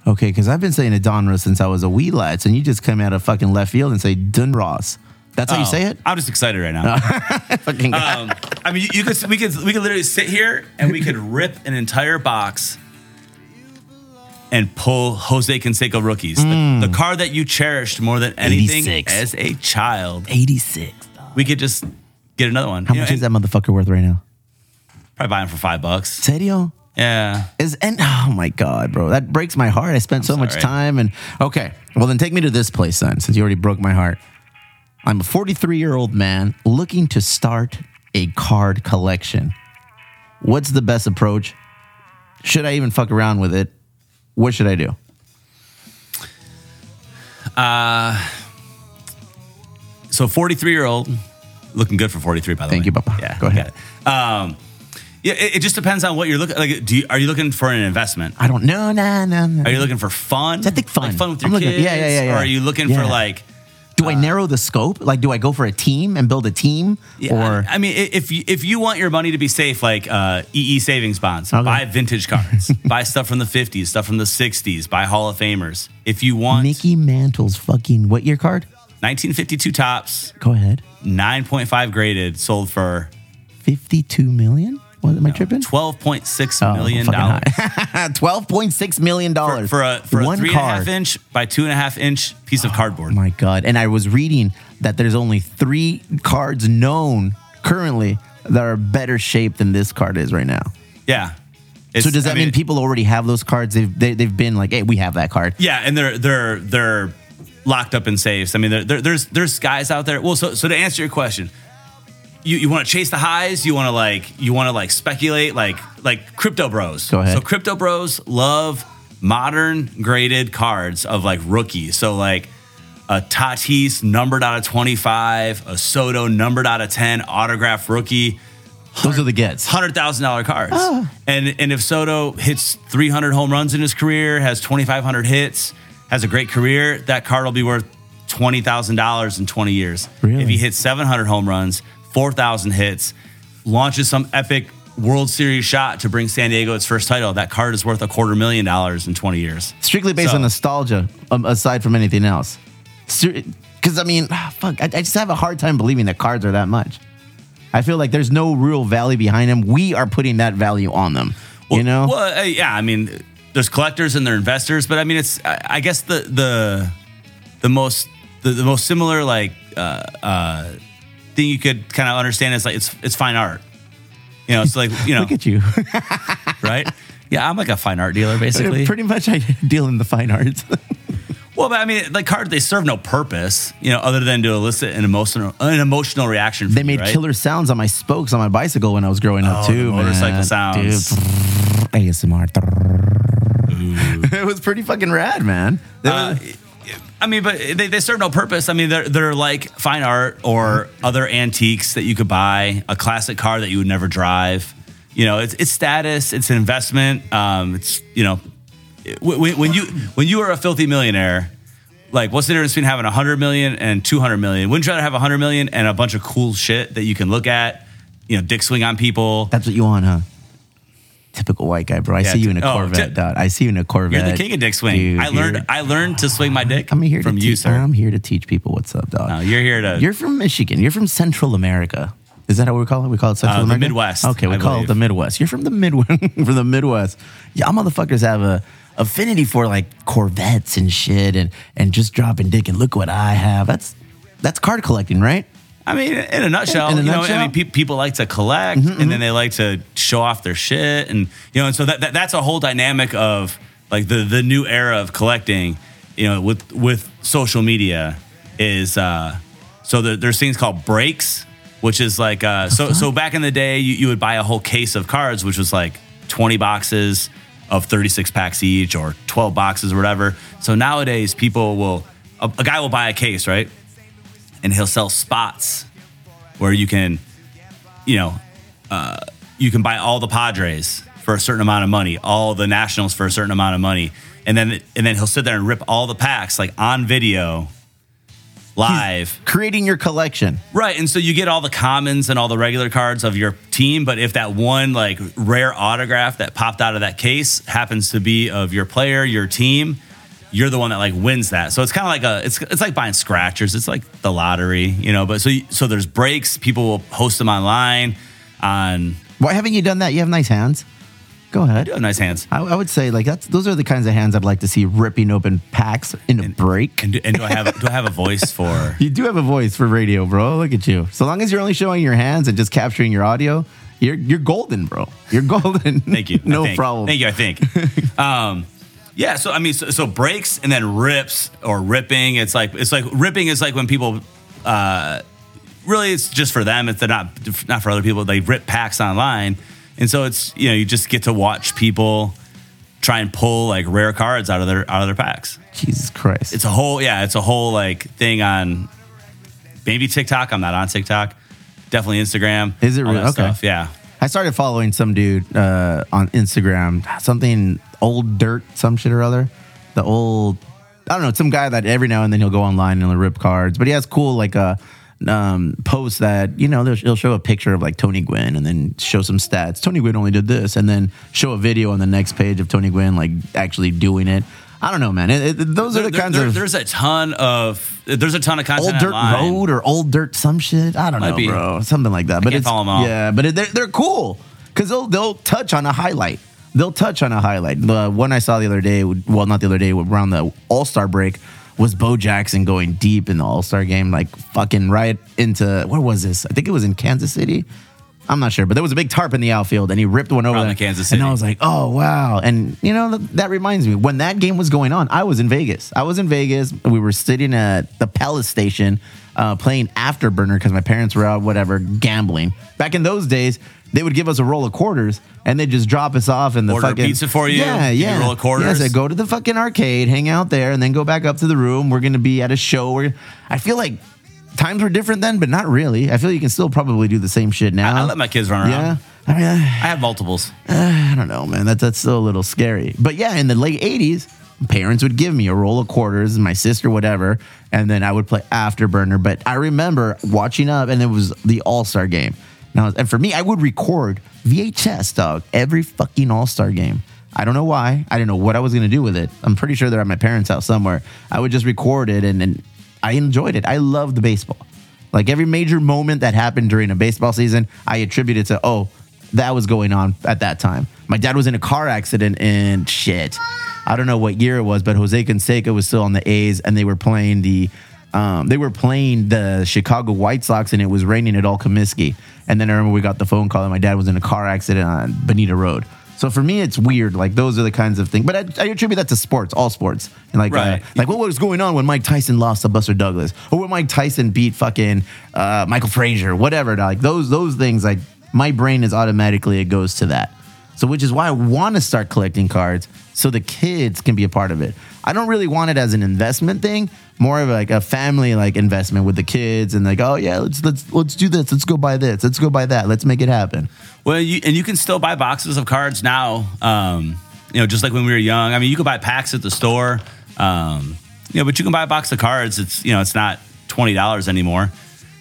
Speaker 3: Okay, because I've been saying a Donruss since I was a wee lad, and you just come out of fucking left field and say Dun Ross. That's how you
Speaker 4: Oh,
Speaker 3: say it? Oh,
Speaker 4: I'm just excited right now.
Speaker 3: Fucking
Speaker 4: Um, I mean, you, you could we could we could literally sit here and we could rip an entire box and pull Jose Canseco rookies, the,
Speaker 3: Hmm.
Speaker 4: the card that you cherished more than anything
Speaker 3: 86.
Speaker 4: as a child.
Speaker 3: 86. dog.
Speaker 4: We could just get another one.
Speaker 3: How
Speaker 4: You know,
Speaker 3: much is
Speaker 4: and
Speaker 3: that motherfucker worth right now?
Speaker 4: Probably buy them for five bucks.
Speaker 3: Serio?
Speaker 4: Yeah,
Speaker 3: Is and oh my god, bro, that breaks my heart. I spent so much
Speaker 4: sorry.
Speaker 3: time and okay. Well, then take me to this place, son, since you already broke my heart. I'm a 43 year old man looking to start a card collection. What's the best approach? Should I even fuck around with it? What should I do?
Speaker 4: so 43 year old looking good for 43 by the way
Speaker 3: Thank you, Papa.
Speaker 4: yeah
Speaker 3: Go
Speaker 4: I
Speaker 3: ahead.
Speaker 4: got it. um yeah it, it just depends on what you're looking like do you, are you looking for an investment
Speaker 3: I don't know. Nah, nah, nah.
Speaker 4: are you looking for fun
Speaker 3: I think fun.
Speaker 4: like fun with your
Speaker 3: I'm looking-
Speaker 4: kids
Speaker 3: yeah, yeah, yeah, yeah.
Speaker 4: or are you looking for
Speaker 3: Yeah.
Speaker 4: like
Speaker 3: do
Speaker 4: Uh,
Speaker 3: I narrow the scope? Like, do I go for a team and build a team,
Speaker 4: Yeah,
Speaker 3: or
Speaker 4: I mean, i- if you, if you want your money to be safe, like uh, EE savings bonds,
Speaker 3: Okay.
Speaker 4: buy vintage cards, buy stuff from the '50s, stuff from the '60s, buy Hall of Famers. If you want
Speaker 3: Mickey Mantle's fucking what year card?
Speaker 4: 1952 tops,
Speaker 3: Go ahead.
Speaker 4: 9.5 graded, sold for
Speaker 3: 52 million? What am I tripping?
Speaker 4: 12.6
Speaker 3: Oh,
Speaker 4: million
Speaker 3: fucking
Speaker 4: dollars
Speaker 3: high. $12.6 million
Speaker 4: for, for a for a
Speaker 3: One
Speaker 4: three and a half
Speaker 3: card. Oh,
Speaker 4: inch by two and a half inch piece of cardboard.
Speaker 3: My God. And I was reading that there's only three cards known currently that are better shape than this card is right now.
Speaker 4: Yeah. It's-
Speaker 3: so does
Speaker 4: I
Speaker 3: that mean, people already have those cards? They've they, they've been like, hey, we have that card.
Speaker 4: Yeah, and they're they're they're locked up in safes. I mean, there- there- there's there's guys out there. Well, so so to answer your question, you you want to chase the highs. You want to like you want to like speculate like like crypto bros.
Speaker 3: Go ahead.
Speaker 4: So crypto bros love modern graded cards of like rookies. So like. A Tatis numbered out of 25, a Soto numbered out of 10, autograph rookie
Speaker 3: Those are the gets.
Speaker 4: hundred thousand dollar cards. And and if Soto hits three hundred home runs in his career, has twenty five hundred hits, has a great career, that card will be worth twenty thousand dollars in twenty years.
Speaker 3: Really?
Speaker 4: If he hits seven hundred home runs, four thousand hits, launches some epic World Series shot to bring San Diego its first title, that card is worth a quarter million dollars in twenty years.
Speaker 3: Strictly based
Speaker 4: So-
Speaker 3: on nostalgia, um, aside from anything else. Because I mean, fuck, I, I just have a hard time believing that cards are that much. I feel like there's no real value behind them. We are putting that value on them. you know,
Speaker 4: Well, uh, yeah, I mean, there's collectors and their investors, but I mean, it's I, I guess the the the most the, the most similar like uh, uh, thing you could kind of understand is like it's it's fine art. You know, it's like you know,
Speaker 3: look at you.
Speaker 4: right? Yeah, I'm like a fine art dealer basically.
Speaker 3: Pretty much, I deal in the fine arts.
Speaker 4: well, but I mean, like cards, they serve no purpose, you know, other than to elicit an emotional an emotional reaction. From
Speaker 3: They
Speaker 4: you,
Speaker 3: made
Speaker 4: right?
Speaker 3: killer sounds on my spokes on my bicycle when I was growing up
Speaker 4: Oh, the
Speaker 3: too.
Speaker 4: motorcycle
Speaker 3: man.
Speaker 4: sounds.
Speaker 3: Dude, ASMR. it was pretty fucking rad, man. That
Speaker 4: Uh,
Speaker 3: was-
Speaker 4: I mean, but they, they serve no purpose. I mean, they're, they're like fine art or other antiques that you could buy, a classic car that you would never drive. You know, it's, it's status, it's an investment. Um, it's, you know, when, when you when you are a filthy millionaire, like what's the difference between having 100 million and 200 million? Wouldn't you rather have 100 million and a bunch of cool shit that you can look at, you know, dick swing on people?
Speaker 3: That's what you want, huh? Typical white guy, bro. I
Speaker 4: Yeah,
Speaker 3: see you in a
Speaker 4: t- oh,
Speaker 3: Corvette,
Speaker 4: t-
Speaker 3: dog. I see you in a Corvette.
Speaker 4: You're the king of dick swing.
Speaker 3: Dude,
Speaker 4: I learned
Speaker 3: you're-
Speaker 4: I learned to swing my dick
Speaker 3: I'm here
Speaker 4: from
Speaker 3: to
Speaker 4: you,
Speaker 3: teach-
Speaker 4: sir.
Speaker 3: I'm here to teach people what's up, dog.
Speaker 4: No, you're here to
Speaker 3: You're from Michigan. You're from Central America. Is that how we call it? We call it Central
Speaker 4: Uh, the
Speaker 3: America.
Speaker 4: Midwest,
Speaker 3: Okay, we
Speaker 4: I
Speaker 3: call
Speaker 4: believe.
Speaker 3: it the Midwest. You're from the Midwest. from the Midwest. Y'all motherfuckers have a affinity for like Corvettes and shit, and and just dropping dick and look what I have. That's that's card collecting, right?
Speaker 4: I mean, in a nutshell,
Speaker 3: In a
Speaker 4: you know,
Speaker 3: nutshell. Mm-hmm,
Speaker 4: I mean, pe- people like to collect and then they like to show off their shit. And, you know, and so that, that, that's a whole dynamic of like the, the new era of collecting, you know, with, with social media is, uh, so there, there's things called breaks, which is like, uh, so, so back in the day, you, you would buy a whole case of cards, which was like 20 boxes of 36 packs each or 12 boxes or whatever. So nowadays, people will, a, a guy will buy a case, right? and he'll sell spots where you can, you know, uh, you can buy all the Padres for a certain amount of money, all the Nationals for a certain amount of money, and then and then he'll sit there and rip all the packs like on video, live,
Speaker 3: Creating your collection.
Speaker 4: right? And so you get all the commons and all the regular cards of your team, but if that one like rare autograph that popped out of that case happens to be of your player, your team. You're the one that like wins that, so it's kind of like a it's it's like buying scratchers. It's like the lottery, you know. But so you- so there's breaks. People will host them online. On
Speaker 3: Why haven't you done that? You have nice hands. Go ahead.
Speaker 4: you have nice hands.
Speaker 3: I, I would say like that's those are the kinds of hands I'd like to see ripping open packs in a break.
Speaker 4: And do, and do I have do I have a voice for?
Speaker 3: You do have a voice for radio, bro. Look at you. So long as you're only showing your hands and just capturing your audio, you're you're golden, bro. You're golden.
Speaker 4: Thank you. I
Speaker 3: no
Speaker 4: think.
Speaker 3: problem.
Speaker 4: Thank you. I think. Um, yeah. So I mean, so, so breaks and then rips or ripping. It's like it's like ripping is like when people. Uh, really, it's just for them. It's they're not not for other people. They rip packs online, and so it's you know you just get to watch people try and pull like rare cards out of their out of their packs.
Speaker 3: Jesus Christ.
Speaker 4: It's a whole yeah. It's a whole like thing on maybe TikTok. I'm not on TikTok. Definitely Instagram.
Speaker 3: Is it
Speaker 4: all
Speaker 3: really?
Speaker 4: that
Speaker 3: Okay.
Speaker 4: Stuff. Yeah.
Speaker 3: I started following some dude uh, on Instagram, something old dirt, some shit or other. The old, I don't know, some guy that every now and then he'll go online and he'll rip cards, but he has cool like uh, um, posts that you know they'll- he'll show a picture of like Tony Gwynn and then show some stats. Tony Gwynn only did this, and then show a video on the next page of Tony Gwynn like actually doing it. I don't know, man. It, it- those are the
Speaker 4: There-
Speaker 3: kinds
Speaker 4: there-
Speaker 3: of
Speaker 4: there's a ton of there's a ton of content
Speaker 3: old dirt
Speaker 4: online.
Speaker 3: road or old dirt some shit. I don't
Speaker 4: Might
Speaker 3: know,
Speaker 4: be.
Speaker 3: bro, something like that. but
Speaker 4: can't
Speaker 3: it's
Speaker 4: follow 'em all.
Speaker 3: yeah, but it, they're they're cool because they'll they'll touch on a highlight. They'll touch on a highlight. The one I saw the other day, well, not the other day, around the All Star break, was Bo Jackson going deep in the All Star game, like fucking right into where was this? I think it was in Kansas City. I'm not sure, but there was a big tarp in the outfield, and he ripped one over
Speaker 4: Probably
Speaker 3: there.
Speaker 4: Kansas
Speaker 3: And
Speaker 4: City.
Speaker 3: I was like, oh wow! And you know th- that reminds me, when that game was going on, I was in Vegas. I was in Vegas. We were sitting at the Palace Station uh, playing Afterburner because my parents were out, whatever, gambling. Back in those days, they would give us a roll of quarters, and they'd just drop us off in the
Speaker 4: Order
Speaker 3: fucking
Speaker 4: pizza for you,
Speaker 3: Yeah,
Speaker 4: give you
Speaker 3: yeah.
Speaker 4: a roll of quarters.
Speaker 3: Yeah, so go to the fucking arcade, hang out there, and then go back up to the room. We're gonna be at a show. We're, I feel like times were different then, but not really. I feel you can still probably do the same shit now.
Speaker 4: I let my kids run around.
Speaker 3: Yeah. I mean,
Speaker 4: I
Speaker 3: I,
Speaker 4: have multiples.
Speaker 3: I don't know, man. That, that's still a little scary. But yeah, in the late 80s, parents would give me a roll of quarters, my sister, whatever, and then I would play Afterburner. But I remember watching up, and it was the All Star game. And, I was- and for me, I would record VHS, dog, every fucking All Star game. I don't know why. I didn't know what I was going to do with it. I'm pretty sure they're at my parents' house somewhere. I would just record it, and, and I enjoyed it. I loved baseball. Like every major moment that happened during a baseball season, I attribute it to, oh, that was going on at that time. My dad was in a car accident and shit. I don't know what year it was, but Jose Canseco was still on the A's and they were playing the um, they were playing the Chicago White Sox and it was raining at all Comiskey. And then I remember we got the phone call and my dad was in a car accident on Bonita Road. So for me, it's weird. Like those are the kinds of things, but I, I attribute that to sports, all sports, and like uh,
Speaker 4: Right.
Speaker 3: like what was going on when Mike Tyson lost to Buster Douglas, or when Mike Tyson beat fucking uh, Michael Frazier, whatever. Like those those things, like my brain is automatically it goes to that. So which is why I want to start collecting cards so the kids can be a part of it. I don't really want it as an investment thing, more of like a family like investment with the kids and like oh yeah let's let's let's do this, let's go buy this, let's go buy that, let's make it happen.
Speaker 4: Well, you, and you can still buy boxes of cards now. Um, you know, just like when we were young. I mean, you can buy packs at the store. Um, you know, but you can buy a box of cards. It's you know, it's not twenty dollars anymore.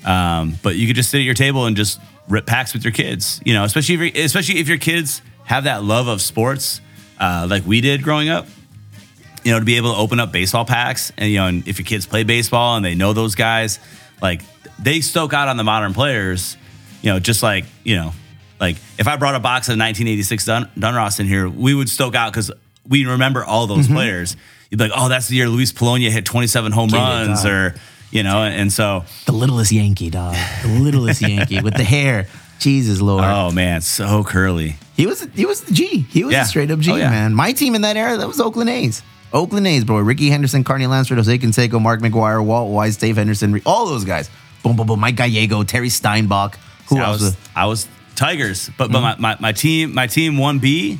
Speaker 4: Um, but you could just sit at your table and just rip packs with your kids. You know, especially if your- especially if your kids have that love of sports, uh, like we did growing up. You know, to be able to open up baseball packs, and you know, and if your kids play baseball and they know those guys, like they stoke out on the modern players. You know, just like you know, like if I brought a box of 1986 Dun- Dunross in here, we would stoke out because we remember all those players. You'd be like, oh, that's the year Luis Polonia hit 27 home runs,
Speaker 3: dog.
Speaker 4: or you know, and, and so
Speaker 3: The littlest Yankee dog, the littlest Yankee with the hair. Jesus Lord.
Speaker 4: oh man, so curly.
Speaker 3: He was he was the G. He was
Speaker 4: Yeah.
Speaker 3: a straight up G,
Speaker 4: Oh, yeah.
Speaker 3: man. My team in that era, that was Oakland A's. Oakland A's, bro. Ricky Henderson, Carney Lansford, Jose Canseco, Mark McGuire, Walt Wise, Dave Henderson, Re- all those guys. Boom, boom, boom. Mike Gallego, Terry Steinbach. Who
Speaker 4: I
Speaker 3: else?
Speaker 4: was, I was Tigers, but but my, my, my team my team one B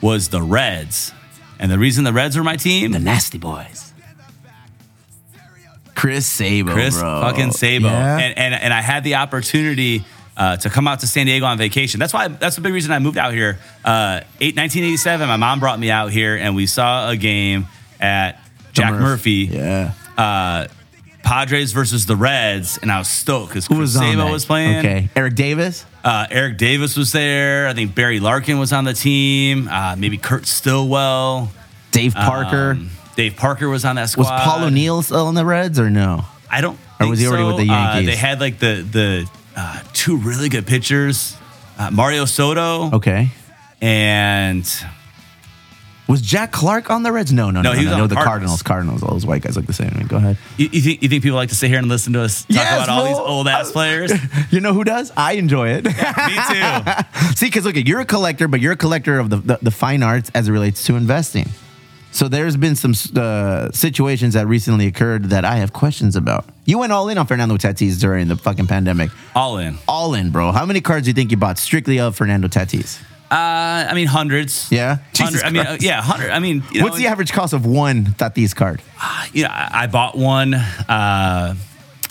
Speaker 4: was the Reds, and the reason the Reds were my team,
Speaker 3: the Nasty Boys. Chris Sabo,
Speaker 4: Chris
Speaker 3: bro.
Speaker 4: fucking Sabo,
Speaker 3: Yeah.
Speaker 4: and, and and I had the opportunity. Uh, to come out to San Diego on vacation. That's why. That's the big reason I moved out here. Uh, eight, 1987, my mom brought me out here, and we saw a game at Jack
Speaker 3: Murph.
Speaker 4: Murphy.
Speaker 3: yeah.
Speaker 4: Padres versus the Reds, and I was stoked because
Speaker 3: Who
Speaker 4: Chris
Speaker 3: was on
Speaker 4: Sabo
Speaker 3: that?
Speaker 4: was playing.
Speaker 3: Okay. Eric Davis.
Speaker 4: Uh, Eric Davis was there. I think Barry Larkin was on the team. Uh, maybe Kurt Stillwell.
Speaker 3: Dave Parker.
Speaker 4: Um, Dave Parker was on that squad.
Speaker 3: was Paul O'Neill still on the Reds or no?
Speaker 4: I don't.
Speaker 3: Or was
Speaker 4: think
Speaker 3: he already
Speaker 4: so.
Speaker 3: with the
Speaker 4: Uh,
Speaker 3: Yankees?
Speaker 4: they had like the the uh, two really good pitchers, uh, Mario Soto
Speaker 3: Okay.
Speaker 4: and
Speaker 3: Was Jack Clark on the Reds? No, no, no.
Speaker 4: No, he was on
Speaker 3: no,
Speaker 4: the
Speaker 3: the Cardinals.
Speaker 4: Cardinals.
Speaker 3: Cardinals. All those white guys look the same. I mean, go ahead.
Speaker 4: you, you think you think people like to sit here and listen to us talk
Speaker 3: Yes,
Speaker 4: about all these
Speaker 3: bro.
Speaker 4: old ass players? Me
Speaker 3: You know who does? I enjoy it.
Speaker 4: too.
Speaker 3: See, because look, you're a collector, but you're a collector of the, the, the fine arts as it relates to investing. So there's been some uh, situations that recently occurred that I have questions about. You went all in on Fernando Tatis during the fucking pandemic.
Speaker 4: All in.
Speaker 3: All in, bro. How many cards do you think you bought strictly of Fernando Tatis?
Speaker 4: Uh, I mean hundreds.
Speaker 3: Yeah? Jesus
Speaker 4: Hundred. I mean, uh,
Speaker 3: Christ.
Speaker 4: yeah, hundred. I mean, you know,
Speaker 3: What's the average cost of one Tatis card?
Speaker 4: you know, I, I bought one. Uh,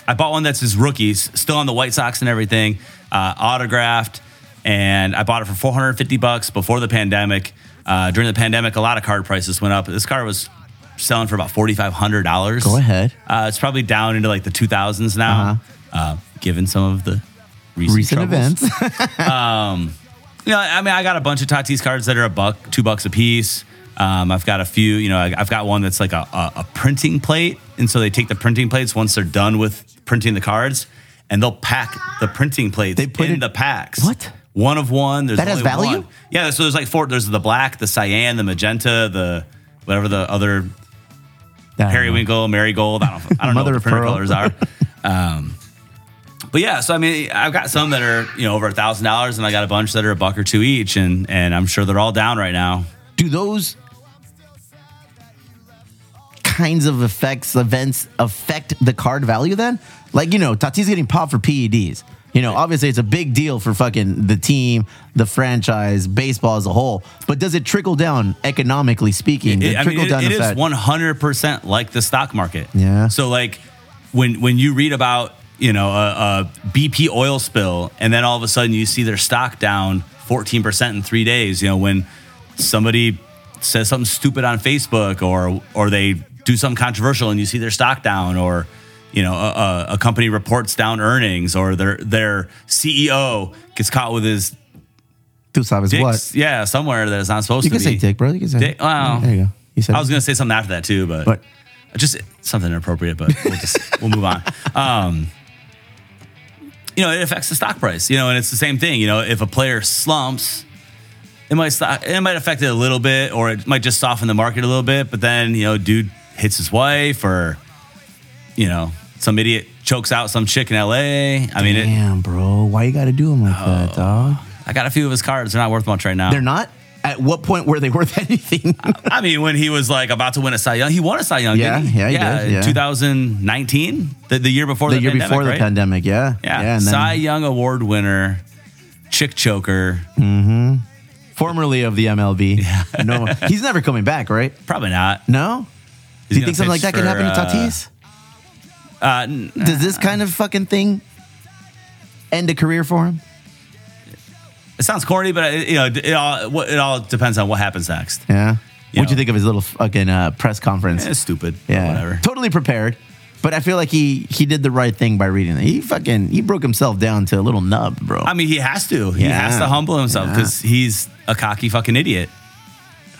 Speaker 4: I bought one that's his rookies, still on the White Sox and everything, uh, autographed, and I bought it for 450 bucks before the pandemic. Uh, during the pandemic, a lot of card prices went up. This card was selling for about 4,500 dollars.
Speaker 3: Go ahead. Uh-huh.
Speaker 4: Uh, it's probably down into like the 2000s now, uh given some of the recent,
Speaker 3: Recent
Speaker 4: troubles.
Speaker 3: events.
Speaker 4: You know, I mean, I got a bunch of Tatis cards that are a buck, two bucks a piece. Um, I've got a few, you know, I- I've got one that's like a, a, a printing plate. And so they take the printing plates once they're done with printing the cards and they'll pack the printing plates
Speaker 3: They put
Speaker 4: in
Speaker 3: it-
Speaker 4: the packs.
Speaker 3: What?
Speaker 4: One of one. There's
Speaker 3: That has
Speaker 4: only
Speaker 3: value?
Speaker 4: one. Yeah. So there's like four. There's the black, the cyan, the magenta, the whatever the other
Speaker 3: Damn.
Speaker 4: periwinkle, marigold. I don't, I don't know
Speaker 3: Mother
Speaker 4: what the
Speaker 3: of
Speaker 4: printer
Speaker 3: pearl.
Speaker 4: colors are. Um, But yeah, so I mean, I've got some that are you know over a thousand dollars, and I got a bunch that are a buck or two each, and and I'm sure they're all down right now.
Speaker 3: do those kinds of effects events affect the card value then like you know tatis getting popped for ped's you know obviously it's a big deal for fucking the team the franchise baseball as a whole but does it trickle down economically speaking
Speaker 4: It-
Speaker 3: the
Speaker 4: I mean,
Speaker 3: trickle
Speaker 4: it-
Speaker 3: down
Speaker 4: it is
Speaker 3: effect
Speaker 4: one hundred percent like the stock market.
Speaker 3: Yeah.
Speaker 4: So like, when when you read about you know a, a BP oil spill, and then all of a sudden you see their stock down fourteen percent in three days. You know when somebody says something stupid on Facebook, or or they do something controversial, and you see their stock down, or you know a, a, a company reports down earnings, or their their CEO gets caught with his
Speaker 3: two sabes
Speaker 4: dicks,
Speaker 3: what
Speaker 4: yeah, somewhere that it's not supposed
Speaker 3: you
Speaker 4: to
Speaker 3: can say
Speaker 4: be.
Speaker 3: dick bro you can say
Speaker 4: Dick- wow.
Speaker 3: there you go you said
Speaker 4: I was gonna say something after that too, but,
Speaker 3: What?
Speaker 4: just something inappropriate. But we'll just we'll move on. Um, you know, it affects the stock price. You know, and it's the same thing. You know, if a player slumps, it might stock, it might affect it a little bit, or it might just soften the market a little bit. But then you know, dude hits his wife, or you know, some idiot chokes out some chick in L.A. I mean, it, Oh.
Speaker 3: damn bro why you gotta do him like that dog
Speaker 4: I got a few of his cards. They're not worth much right now.
Speaker 3: they're not at what point were they worth anything
Speaker 4: I mean, when he was like about to win a Cy Young, he won a Cy Young.
Speaker 3: Yeah,
Speaker 4: didn't he?
Speaker 3: yeah, he did, yeah.
Speaker 4: 2019, the, the year before the,
Speaker 3: the year
Speaker 4: pandemic,
Speaker 3: before the
Speaker 4: right?
Speaker 3: pandemic yeah
Speaker 4: Yeah,
Speaker 3: yeah and then-
Speaker 4: Cy Young Award winner, chick choker.
Speaker 3: formerly of the MLB. No, he's never coming back, right?
Speaker 4: Probably not.
Speaker 3: No.
Speaker 4: He's
Speaker 3: Do you think something
Speaker 4: gonna
Speaker 3: like that
Speaker 4: pitch
Speaker 3: could happen to
Speaker 4: for, uh,
Speaker 3: Tatis?
Speaker 4: Uh, n-
Speaker 3: Does this kind of fucking thing end a career for him?
Speaker 4: it sounds corny, but it, you know, it all what- it all depends on what happens next.
Speaker 3: Yeah.
Speaker 4: You
Speaker 3: What'd you
Speaker 4: know.
Speaker 3: think of his little fucking uh, press conference?
Speaker 4: It's stupid. but
Speaker 3: yeah,
Speaker 4: whatever.
Speaker 3: totally prepared. But I feel like he he did the right thing by reading it. He fucking he broke himself down to a little nub, bro.
Speaker 4: I mean, he has to. He
Speaker 3: Yeah.
Speaker 4: has to humble himself because he's a cocky fucking idiot,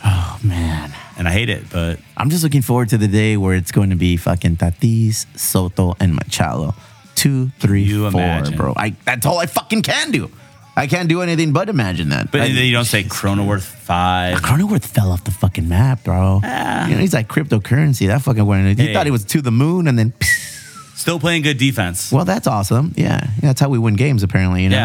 Speaker 3: oh man,
Speaker 4: and I hate it. But
Speaker 3: I'm just looking forward to the day where it's going to be fucking Tatis, Soto, and Machado. Two, three,
Speaker 4: You
Speaker 3: four,
Speaker 4: imagine.
Speaker 3: bro. I that's all I fucking can do. I can't do anything but imagine that.
Speaker 4: but
Speaker 3: I,
Speaker 4: then you don't say Cronenworth five.
Speaker 3: Cronenworth fell off the fucking map, bro. You know, he's like cryptocurrency. That fucking went. He
Speaker 4: Ah. Hey.
Speaker 3: thought it was to the moon, and then
Speaker 4: Still playing good defense.
Speaker 3: well, that's awesome. Yeah, Yeah, that's how we win games, apparently. You know,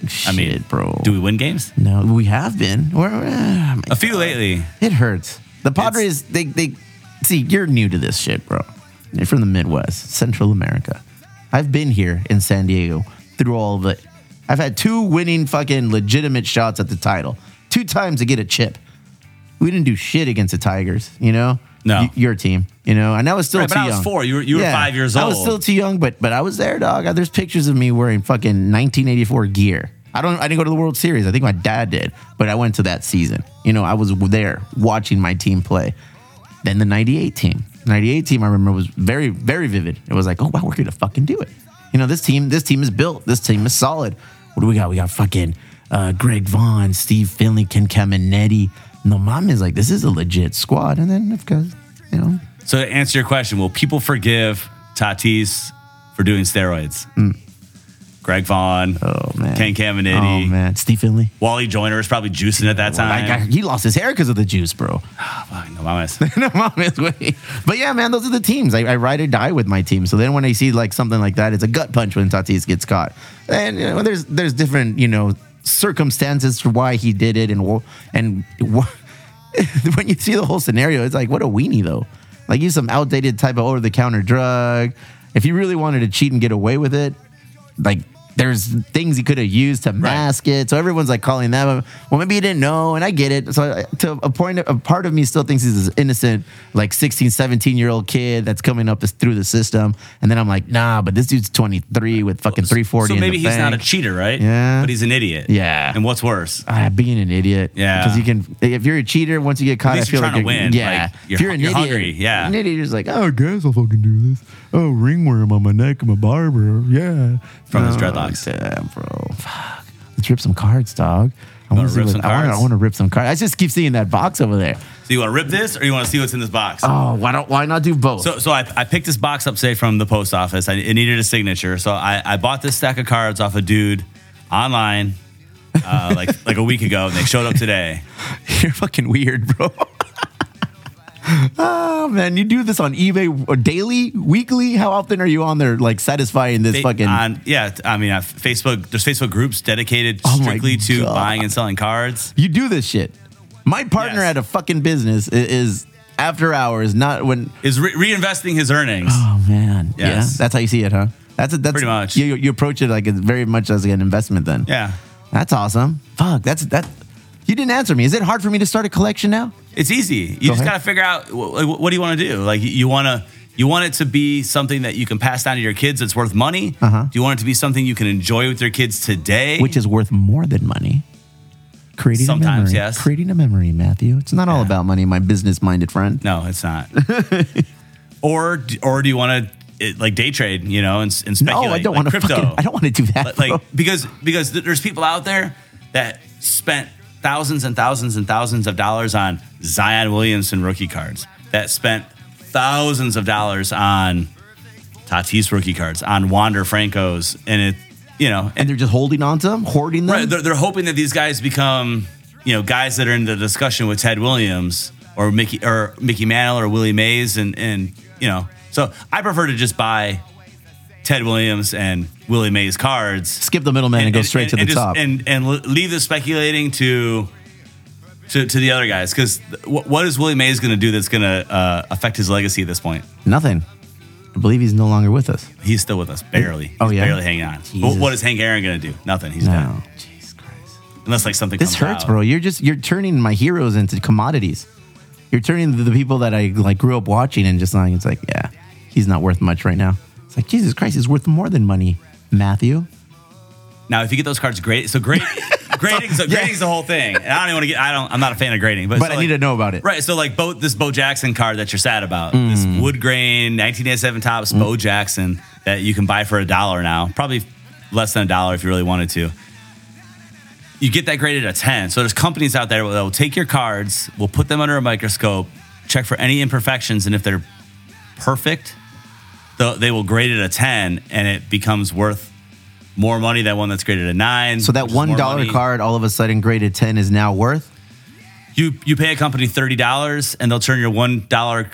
Speaker 4: Yeah.
Speaker 3: Shit,
Speaker 4: I mean,
Speaker 3: bro.
Speaker 4: Do we win games?
Speaker 3: no, we have been. We're, uh,
Speaker 4: A few lately.
Speaker 3: It hurts. The Padres, they they see you're new to this shit, bro. You're from the Midwest, Central America. I've been here in San Diego through all of it. I've had two winning fucking legitimate shots at the title. Two times to get a chip. We didn't do shit against the Tigers, you know?
Speaker 4: No.
Speaker 3: Y- your team, you know? And I was still
Speaker 4: Right,
Speaker 3: too
Speaker 4: but I was
Speaker 3: young.
Speaker 4: four. You were- you were five years
Speaker 3: I was
Speaker 4: old.
Speaker 3: still too young, but but I was there, dog. Uh, There's pictures of me wearing fucking 1984 gear. I don't. I didn't go to the World Series. I think my dad did, but I went to that season. You know, I was there watching my team play. Then the '98 team. '98 team, I remember was very, very vivid. It was like, oh wow, we're gonna fucking do it. You know, this team, this team is built. This team is solid. What do we got? We got fucking uh, Greg Vaughn, Steve Finley, Ken Caminetti. No, mom is like, this is a legit squad. And then, of course, you know,
Speaker 4: So to answer your question, will people forgive Tatis for doing steroids? Greg Vaughn,
Speaker 3: Hmm. oh man,
Speaker 4: Ken
Speaker 3: oh
Speaker 4: Caminiti,
Speaker 3: man, Steve Finley.
Speaker 4: Wally Joyner was probably juicing at that
Speaker 3: Like, I,
Speaker 4: time.
Speaker 3: he lost his hair because of the juice, bro.
Speaker 4: Fuck, no, my ass.
Speaker 3: No, I'm on his way. But yeah, man, those are the teams. I, I ride or die with my team. So then when I see like something like that, it's a gut punch when Tatis gets caught. And you know, there's there's different you know circumstances for why he did it, and wh- and wh- when you see the whole scenario, it's like what a weenie though. Like use some outdated type of over the counter drug. If you really wanted to cheat and get away with it, like there's things he could have used to mask it. So everyone's like calling them. Well, maybe he didn't know, and I get it. So uh, to a point, a part of me still thinks he's this innocent, like 16, 17 year old kid that's coming up this, through the system. And then I'm like, nah, but this dude's 23 with fucking 340.
Speaker 4: So
Speaker 3: in the
Speaker 4: maybe he's
Speaker 3: bank.
Speaker 4: not a cheater, right?
Speaker 3: Yeah.
Speaker 4: But he's an idiot.
Speaker 3: Yeah.
Speaker 4: And what's worse?
Speaker 3: Ah, being an idiot.
Speaker 4: Yeah.
Speaker 3: Because you can, if you're a cheater, once you get caught, I
Speaker 4: least
Speaker 3: feel
Speaker 4: you're
Speaker 3: like
Speaker 4: trying to win.
Speaker 3: Yeah.
Speaker 4: Like,
Speaker 3: if
Speaker 4: you're-
Speaker 3: you're an
Speaker 4: you're
Speaker 3: idiot,
Speaker 4: hungry. Yeah.
Speaker 3: An idiot is like, oh, I guess I'll fucking do this. Oh, ringworm on my neck and my barber. Yeah.
Speaker 4: From his dreadlocks.
Speaker 3: Damn, bro. Fuck. Let's rip some cards, dog. I
Speaker 4: Wanna
Speaker 3: want to
Speaker 4: rip some
Speaker 3: I
Speaker 4: cards?
Speaker 3: want to rip some cards. I just keep seeing that box over there.
Speaker 4: So you want to rip this or you want to see what's in this box?
Speaker 3: Oh, why don't why not do both?
Speaker 4: So, so I, I picked this box up, say, from the post office. I, it needed a signature. So I, I bought this stack of cards off a dude online uh, like, like a week ago, and they showed up today.
Speaker 3: You're fucking weird, bro. Oh man, you do this on eBay uh, daily, weekly? How often are you on there, like satisfying this
Speaker 4: They-
Speaker 3: fucking?
Speaker 4: on- yeah, I mean, uh, Facebook. There's Facebook groups dedicated
Speaker 3: Oh my
Speaker 4: strictly to
Speaker 3: God.
Speaker 4: buying and selling cards.
Speaker 3: You do this shit. My partner
Speaker 4: Yes.
Speaker 3: at a fucking business i- is, after hours, not when.
Speaker 4: Is re- reinvesting his earnings.
Speaker 3: Oh man,
Speaker 4: Yes.
Speaker 3: yeah, that's how you see it, huh? That's a, that's
Speaker 4: Pretty much.
Speaker 3: You, you approach it like it's very much as an investment. Then
Speaker 4: Yeah,
Speaker 3: that's awesome. Fuck, that's that. You didn't answer me. Is it hard for me to start a collection now?
Speaker 4: it's easy. You just
Speaker 3: ahead.
Speaker 4: gotta figure out wh- like, wh- what do you want to do. Like you- you want to. You want it to be something that you can pass down to your kids that's worth money?
Speaker 3: Uh-huh.
Speaker 4: Do you want it to be something you can enjoy with your kids today?
Speaker 3: Which is worth more than money. Creating a
Speaker 4: Sometimes,
Speaker 3: memory.
Speaker 4: yes.
Speaker 3: Creating a memory, Matthew. It's not all about money, my business-minded friend.
Speaker 4: No, it's not. or or do you want to like day trade? You know, and, and
Speaker 3: No,
Speaker 4: speculate.
Speaker 3: I don't
Speaker 4: like
Speaker 3: want to.
Speaker 4: crypto.
Speaker 3: Fucking, I don't want to do that.
Speaker 4: But,
Speaker 3: bro.
Speaker 4: like because because th- there's people out there that spent thousands and thousands and thousands of dollars on Zion Williamson rookie cards. That spent thousands of dollars on Tatis rookie cards, on Wander Franco's, and it you know
Speaker 3: and they're just holding on to them, hoarding them.
Speaker 4: Right. They're, they're hoping that these guys become, you know, guys that are in the discussion with Ted Williams or Mickey or Mickey Mantle or Willie Mays and and you know. So I prefer to just buy Ted Williams and Willie Mays cards
Speaker 3: Skip the middleman and, go straight to the
Speaker 4: and just-
Speaker 3: top.
Speaker 4: and and l- leave the speculating to. To, to the other guys, because what is Willie Mays going to do that's going to uh, affect his legacy at this point?
Speaker 3: Nothing. I believe he's no longer with us.
Speaker 4: He's still with us, barely.
Speaker 3: Oh,
Speaker 4: He's
Speaker 3: yeah?
Speaker 4: barely hanging on. But
Speaker 3: Jesus.
Speaker 4: what is Hank Aaron going to do? Nothing. He's done.
Speaker 3: No. Jesus Christ.
Speaker 4: Unless like something.
Speaker 3: This
Speaker 4: comes
Speaker 3: hurts,
Speaker 4: out.
Speaker 3: bro. You're just you're turning my heroes into commodities. You're turning the, the people that I like grew up watching and just like it's like, yeah, he's not worth much right now. It's like Jesus Christ, he's worth more than money, Matthew.
Speaker 4: Now, if you get those cards, great. So great, grading. So grading's the whole thing. And I don't even want to get. I don't. I'm not a fan of grading, but
Speaker 3: But
Speaker 4: so,
Speaker 3: I
Speaker 4: like-
Speaker 3: need to know about it. Mm.
Speaker 4: Right. So like Bo, this Bo Jackson card that you're sad about, this wood grain 1987 tops Bo Jackson that you can buy for a dollar now, probably less than a dollar if you really wanted to. You get that graded at 10. So there's companies out there that will take your cards, will put them under a microscope, check for any imperfections, and if they're perfect, they'll- they will grade it a 10, and it becomes worth more money than one that's graded a nine.
Speaker 3: So that
Speaker 4: which is more
Speaker 3: one dollar
Speaker 4: money.
Speaker 3: card all of a sudden graded ten is now worth.
Speaker 4: You you pay a company thirty dollars, and they'll turn your one dollar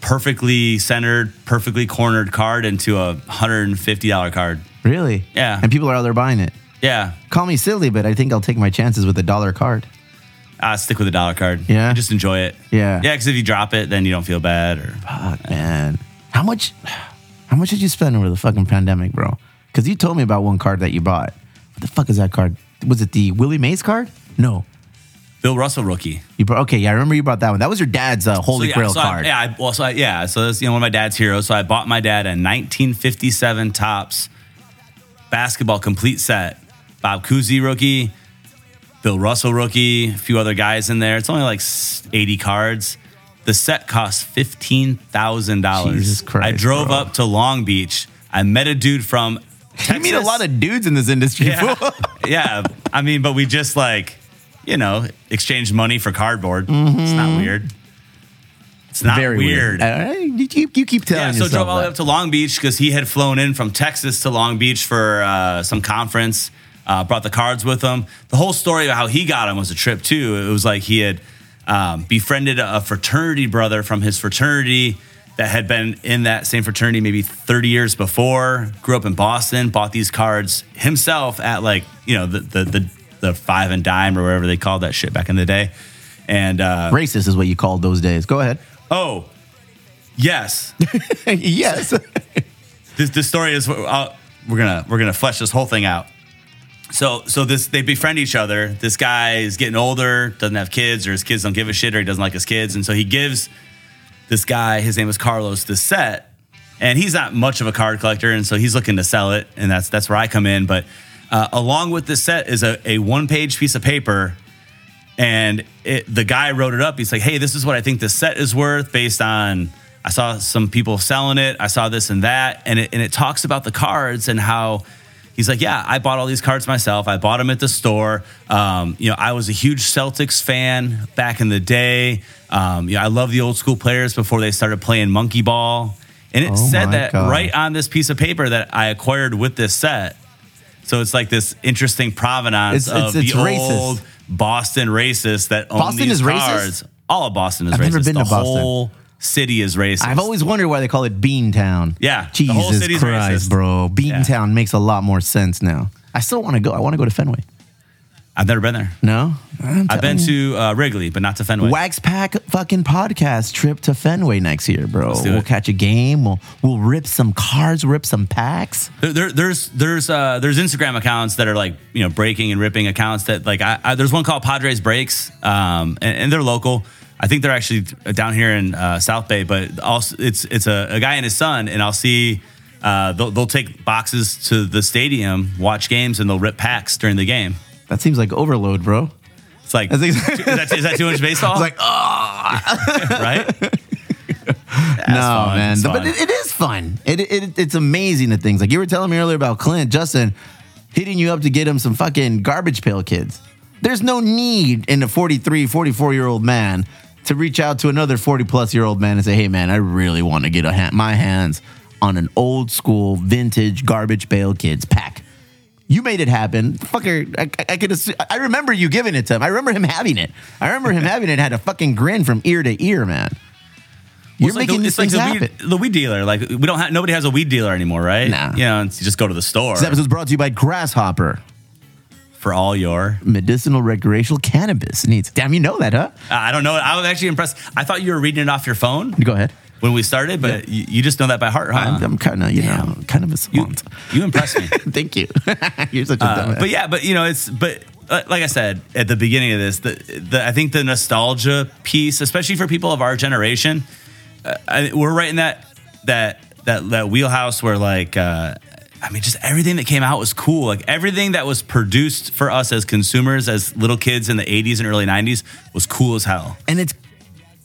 Speaker 4: perfectly centered, perfectly cornered card into a hundred and fifty dollar card.
Speaker 3: Really?
Speaker 4: Yeah.
Speaker 3: And people are out there buying it.
Speaker 4: Yeah,
Speaker 3: Call me silly, but I think I'll take my chances with a dollar card.
Speaker 4: I stick with the dollar card.
Speaker 3: Yeah?
Speaker 4: just enjoy it.
Speaker 3: Yeah.
Speaker 4: yeah. Because if you drop it, then you don't feel bad. Or
Speaker 3: Fuck, man. How much? How much did you spend over the fucking pandemic, bro? Because you told me about one card that you bought. What the fuck is that card? Was it the Willie Mays card? No.
Speaker 4: Bill Russell rookie.
Speaker 3: You brought. Okay, yeah, I remember you brought that one. That was your dad's uh, Holy
Speaker 4: yeah,
Speaker 3: Grail
Speaker 4: so I-
Speaker 3: card.
Speaker 4: yeah, I, well, so I, yeah, so that's you know one of my dad's heroes. So I bought my dad a 1957 tops basketball complete set. Bob Cousy rookie, Bill Russell rookie, a few other guys in there. It's only like s- 80 cards. The set cost fifteen thousand
Speaker 3: Jesus
Speaker 4: dollars. I
Speaker 3: Christ,
Speaker 4: drove
Speaker 3: bro.
Speaker 4: up to Long Beach. I met a dude from. Texas.
Speaker 3: you meet a lot of dudes in this industry.
Speaker 4: Yeah.
Speaker 3: fool.
Speaker 4: yeah. I mean, but we just like, you know, exchanged money for cardboard. It's not weird. It's not
Speaker 3: Mm-hmm. Very weird. All right, You, keep, you keep telling
Speaker 4: Yeah, so
Speaker 3: yourself
Speaker 4: drove all the way
Speaker 3: that.
Speaker 4: up to Long Beach because he had flown in from Texas to Long Beach for uh, some conference. Uh, brought the cards with him. The whole story about how he got him was a trip too. It was like he had um, befriended a fraternity brother from his fraternity that had been in that same fraternity maybe 30 years before. Grew up in Boston. Bought these cards himself at like you know the the the, the five and dime or whatever they called that shit back in the day. And uh,
Speaker 3: Racist is what you called those days. Go ahead.
Speaker 4: oh, yes,
Speaker 3: yes.
Speaker 4: this this story is uh, we're gonna we're gonna flesh this whole thing out. So so this they befriend each other. This guy is getting older, doesn't have kids, or his kids don't give a shit, or he doesn't like his kids, and so he gives this guy his name is Carlos this set, and he's not much of a card collector, and so he's looking to sell it, and that's that's where I come in. But uh, along with this set is a, a one page piece of paper and it, the guy wrote it up. He's like, "Hey, this is what I think this set is worth based on I saw some people selling it. I saw this and that, and it, and it talks about the cards and how." He's like, yeah, I bought all these cards myself. I bought them at the store. Um, you know, I was a huge Celtics fan back in the day. Um, you know, I love the old school players before they started playing monkey ball. And it
Speaker 3: Oh
Speaker 4: said
Speaker 3: my
Speaker 4: that
Speaker 3: God.
Speaker 4: right on this piece of paper that I acquired with this set. So it's like this interesting provenance
Speaker 3: It's- it's-
Speaker 4: of
Speaker 3: it's
Speaker 4: the
Speaker 3: racist.
Speaker 4: old Boston racist that own
Speaker 3: Boston
Speaker 4: these
Speaker 3: is racist?
Speaker 4: cards. all of Boston is
Speaker 3: I've
Speaker 4: racist.
Speaker 3: never been
Speaker 4: the
Speaker 3: to Boston.
Speaker 4: whole city is racist.
Speaker 3: I've always wondered why they call it Beantown.
Speaker 4: Yeah, the whole
Speaker 3: Jesus
Speaker 4: city's
Speaker 3: Christ,
Speaker 4: racist.
Speaker 3: bro. Beantown makes a lot more sense now. I still want to go. I want to go to Fenway.
Speaker 4: I've never been there.
Speaker 3: No, I'm
Speaker 4: I've been
Speaker 3: telling you.
Speaker 4: to uh, Wrigley, but not to Fenway.
Speaker 3: Wax Pack fucking podcast trip to Fenway next year, bro.
Speaker 4: do
Speaker 3: We'll
Speaker 4: it.
Speaker 3: catch a game. We'll we'll rip some cars, rip some packs.
Speaker 4: There, there, there's there's uh, there's Instagram accounts that are like you know breaking and ripping accounts that like I, I, there's one called Padres Breaks, um, and, and they're local. I think they're actually down here in uh, South Bay, but also it's it's a, a guy and his son, and I'll see uh, they'll, they'll take boxes to the stadium, watch games, and they'll rip packs during the game.
Speaker 3: That seems like overload, bro.
Speaker 4: It's like
Speaker 3: That's
Speaker 4: is,
Speaker 3: exactly-
Speaker 4: that, is that too much baseball?
Speaker 3: It's like, oh
Speaker 4: ah! right?
Speaker 3: no,
Speaker 4: fun.
Speaker 3: man.
Speaker 4: It's
Speaker 3: But
Speaker 4: fun.
Speaker 3: it, it is fun. It, it it's amazing the things like you were telling me earlier about Clint Justin hitting you up to get him some fucking garbage pail kids. There's no need in a 43, 44 year old man to reach out to another 40 plus year old man and say, "Hey, man, I really want to get a ha- my hands on an old school vintage garbage pail kids pack." You made it happen, fucker. I, I- I could. Assume, I remember you giving it to him. I remember him having it. I remember him having it. Had a fucking grin from ear to ear, man. You're
Speaker 4: Well,
Speaker 3: making
Speaker 4: it's like the,
Speaker 3: this
Speaker 4: it's like
Speaker 3: thing
Speaker 4: the
Speaker 3: happen.
Speaker 4: weed, the weed dealer. Like we don't have nobody has a weed dealer anymore, right?
Speaker 3: Nah.
Speaker 4: You know, it's, you just go to the store
Speaker 3: This episode is brought to you by Grasshopper.
Speaker 4: for all your.
Speaker 3: Medicinal recreational cannabis needs. Damn, you know that, huh?
Speaker 4: I don't know. I was actually impressed. I thought you were reading it off your phone
Speaker 3: Go ahead.
Speaker 4: when we started, but you, you just know that by heart, huh?
Speaker 3: I'm, I'm kind of, you know, kind of a
Speaker 4: Uh, you,
Speaker 3: savant.
Speaker 4: you impressed me.
Speaker 3: Thank you. You're such a
Speaker 4: Uh,
Speaker 3: dumbass.
Speaker 4: but yeah, but you know, it's but uh, like I said at the beginning of this, the, the I think the nostalgia piece, especially for people of our generation, uh, I, we're right in that that that that wheelhouse where like. Uh, I mean, just everything that came out was cool. Like everything that was produced for us as consumers, as little kids in the 80s and early 90s, was cool as hell.
Speaker 3: and it's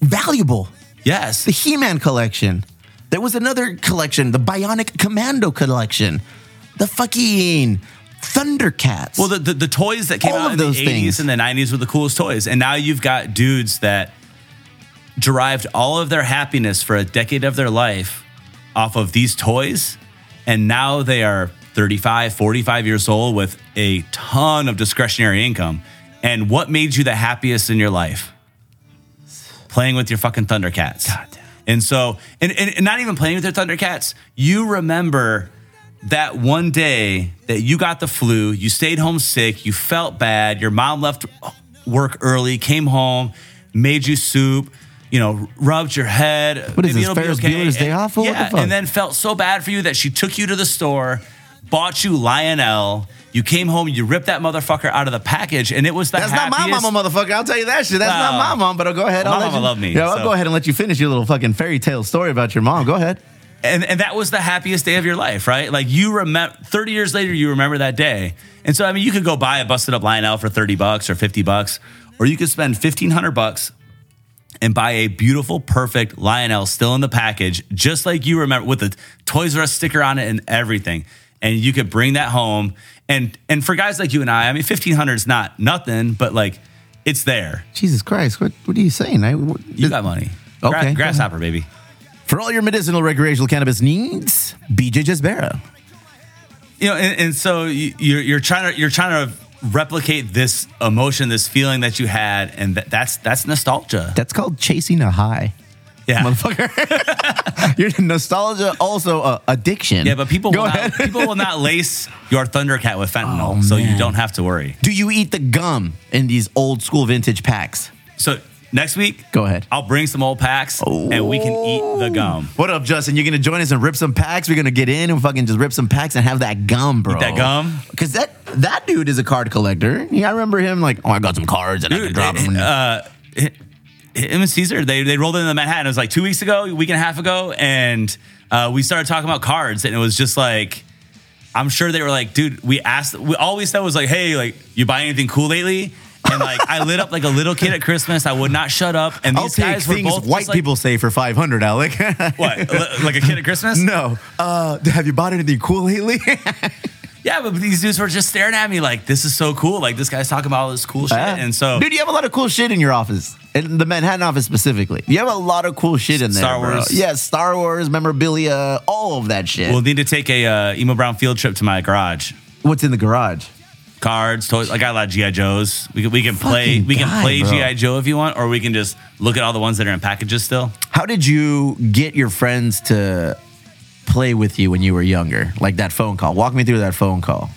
Speaker 3: valuable.
Speaker 4: Yes.
Speaker 3: The He-Man collection. There was another collection, the Bionic Commando collection. The fucking Thundercats.
Speaker 4: Well, the, the, the toys that came
Speaker 3: All
Speaker 4: out
Speaker 3: of
Speaker 4: in
Speaker 3: those
Speaker 4: the 80s
Speaker 3: things.
Speaker 4: and the 90s were the coolest toys. And now you've got dudes that derived all of their happiness for a decade of their life off of these toys. And now they are 35, 45 years old with a ton of discretionary income. And what made you the happiest in your life? Playing with your fucking Thundercats.
Speaker 3: Goddamn.
Speaker 4: And so, and, and, and not even playing with your Thundercats, you remember that one day that you got the flu, you stayed home sick, you felt bad, your mom left work early, came home, made you soup, you know, rubbed your head.
Speaker 3: What is
Speaker 4: maybe
Speaker 3: this,
Speaker 4: it'll be
Speaker 3: Ferris Bueller's Day
Speaker 4: And-
Speaker 3: Off? What the
Speaker 4: yeah,
Speaker 3: fuck?
Speaker 4: and then felt so bad for you that she took you to the store, bought you Lionel. You came home, you ripped that motherfucker out of the package, and it was the
Speaker 3: That's
Speaker 4: happiest.
Speaker 3: not my mama, motherfucker. I'll tell you that shit. That's
Speaker 4: Wow.
Speaker 3: not my mom, but I'll go ahead.
Speaker 4: Well,
Speaker 3: I'll
Speaker 4: my
Speaker 3: let
Speaker 4: mama
Speaker 3: you,
Speaker 4: loved me,
Speaker 3: Yeah, I'll
Speaker 4: so-
Speaker 3: go ahead and let you finish your little fucking fairy tale story about your mom. Go ahead.
Speaker 4: and, and that was the happiest day of your life, right? Like you remember, 30 years later, you remember that day. And so, I mean, you could go buy a busted up Lionel for 30 bucks or 50 bucks, or you could spend 1500 bucks and buy a beautiful, perfect Lionel still in the package, just like you remember with the Toys R Us sticker on it and everything. And you could bring that home. And, and for guys like you and I, I mean, 1500 is not nothing, but like it's there.
Speaker 3: Jesus Christ, what, what are you saying? I, what-
Speaker 4: You got money.
Speaker 3: Okay, go
Speaker 4: Gra-
Speaker 3: ahead.
Speaker 4: grasshopper, baby.
Speaker 3: For all your medicinal recreational cannabis needs, BJ Jesbera.
Speaker 4: you know, and, and so you, you're you're trying to you're trying to replicate this emotion, this feeling that you had, and that, that's that's nostalgia.
Speaker 3: That's called chasing a high.
Speaker 4: Yeah,
Speaker 3: Motherfucker. your nostalgia, also uh, addiction.
Speaker 4: yeah, but people
Speaker 3: go
Speaker 4: will
Speaker 3: ahead. Oh,
Speaker 4: not, people will not lace your Thundercat with fentanyl, so you
Speaker 3: man.
Speaker 4: don't have to worry.
Speaker 3: Do you eat the gum in these old school vintage packs?
Speaker 4: So next week,
Speaker 3: Go ahead.
Speaker 4: I'll bring some old packs, and we can eat the gum.
Speaker 3: What up, Justin? You're gonna join us and rip some packs. We're gonna get in and fucking just rip some packs and have that gum, bro.
Speaker 4: that gum?
Speaker 3: Cause that that dude is a card collector. Yeah, I remember him like, oh, I got some cards and I can
Speaker 4: Dude,
Speaker 3: drop them.
Speaker 4: uh, him and Caesar, they, they rolled into Manhattan. It was like two weeks ago, a week and a half ago. And uh, we started talking about cards. And it was just like, I'm sure they were like, dude, we asked, we always said was like, hey, like, you buy anything cool lately? And like, I lit up like a little kid at Christmas. I would not shut up. And
Speaker 3: I'll
Speaker 4: these
Speaker 3: take
Speaker 4: guys were
Speaker 3: things
Speaker 4: both
Speaker 3: white
Speaker 4: just like,
Speaker 3: people say for five hundred, Alec.
Speaker 4: What? li- Like a kid at Christmas?
Speaker 3: no, uh, have you bought anything cool lately?
Speaker 4: Yeah, but these dudes were just staring at me like, this is so cool. Like, this guy's talking about all this cool shit. And so,
Speaker 3: Uh-huh. dude, you have a lot of cool shit in your office, in the Manhattan office specifically. You have a lot of cool shit in there.
Speaker 4: Star
Speaker 3: bro.
Speaker 4: Wars.
Speaker 3: yeah, Star Wars memorabilia, all of that shit.
Speaker 4: we'll need to take a uh, Emo Brown field trip to my garage.
Speaker 3: What's in the garage?
Speaker 4: cards, toys. I got a lot of GI Joes. We can, we can play
Speaker 3: Fucking
Speaker 4: we can
Speaker 3: guy,
Speaker 4: play
Speaker 3: bro.
Speaker 4: GI Joe if you want, or we can just look at all the ones that are in packages still.
Speaker 3: How did you get your friends to play with you when you were younger? Like that phone call. Walk me through that phone call.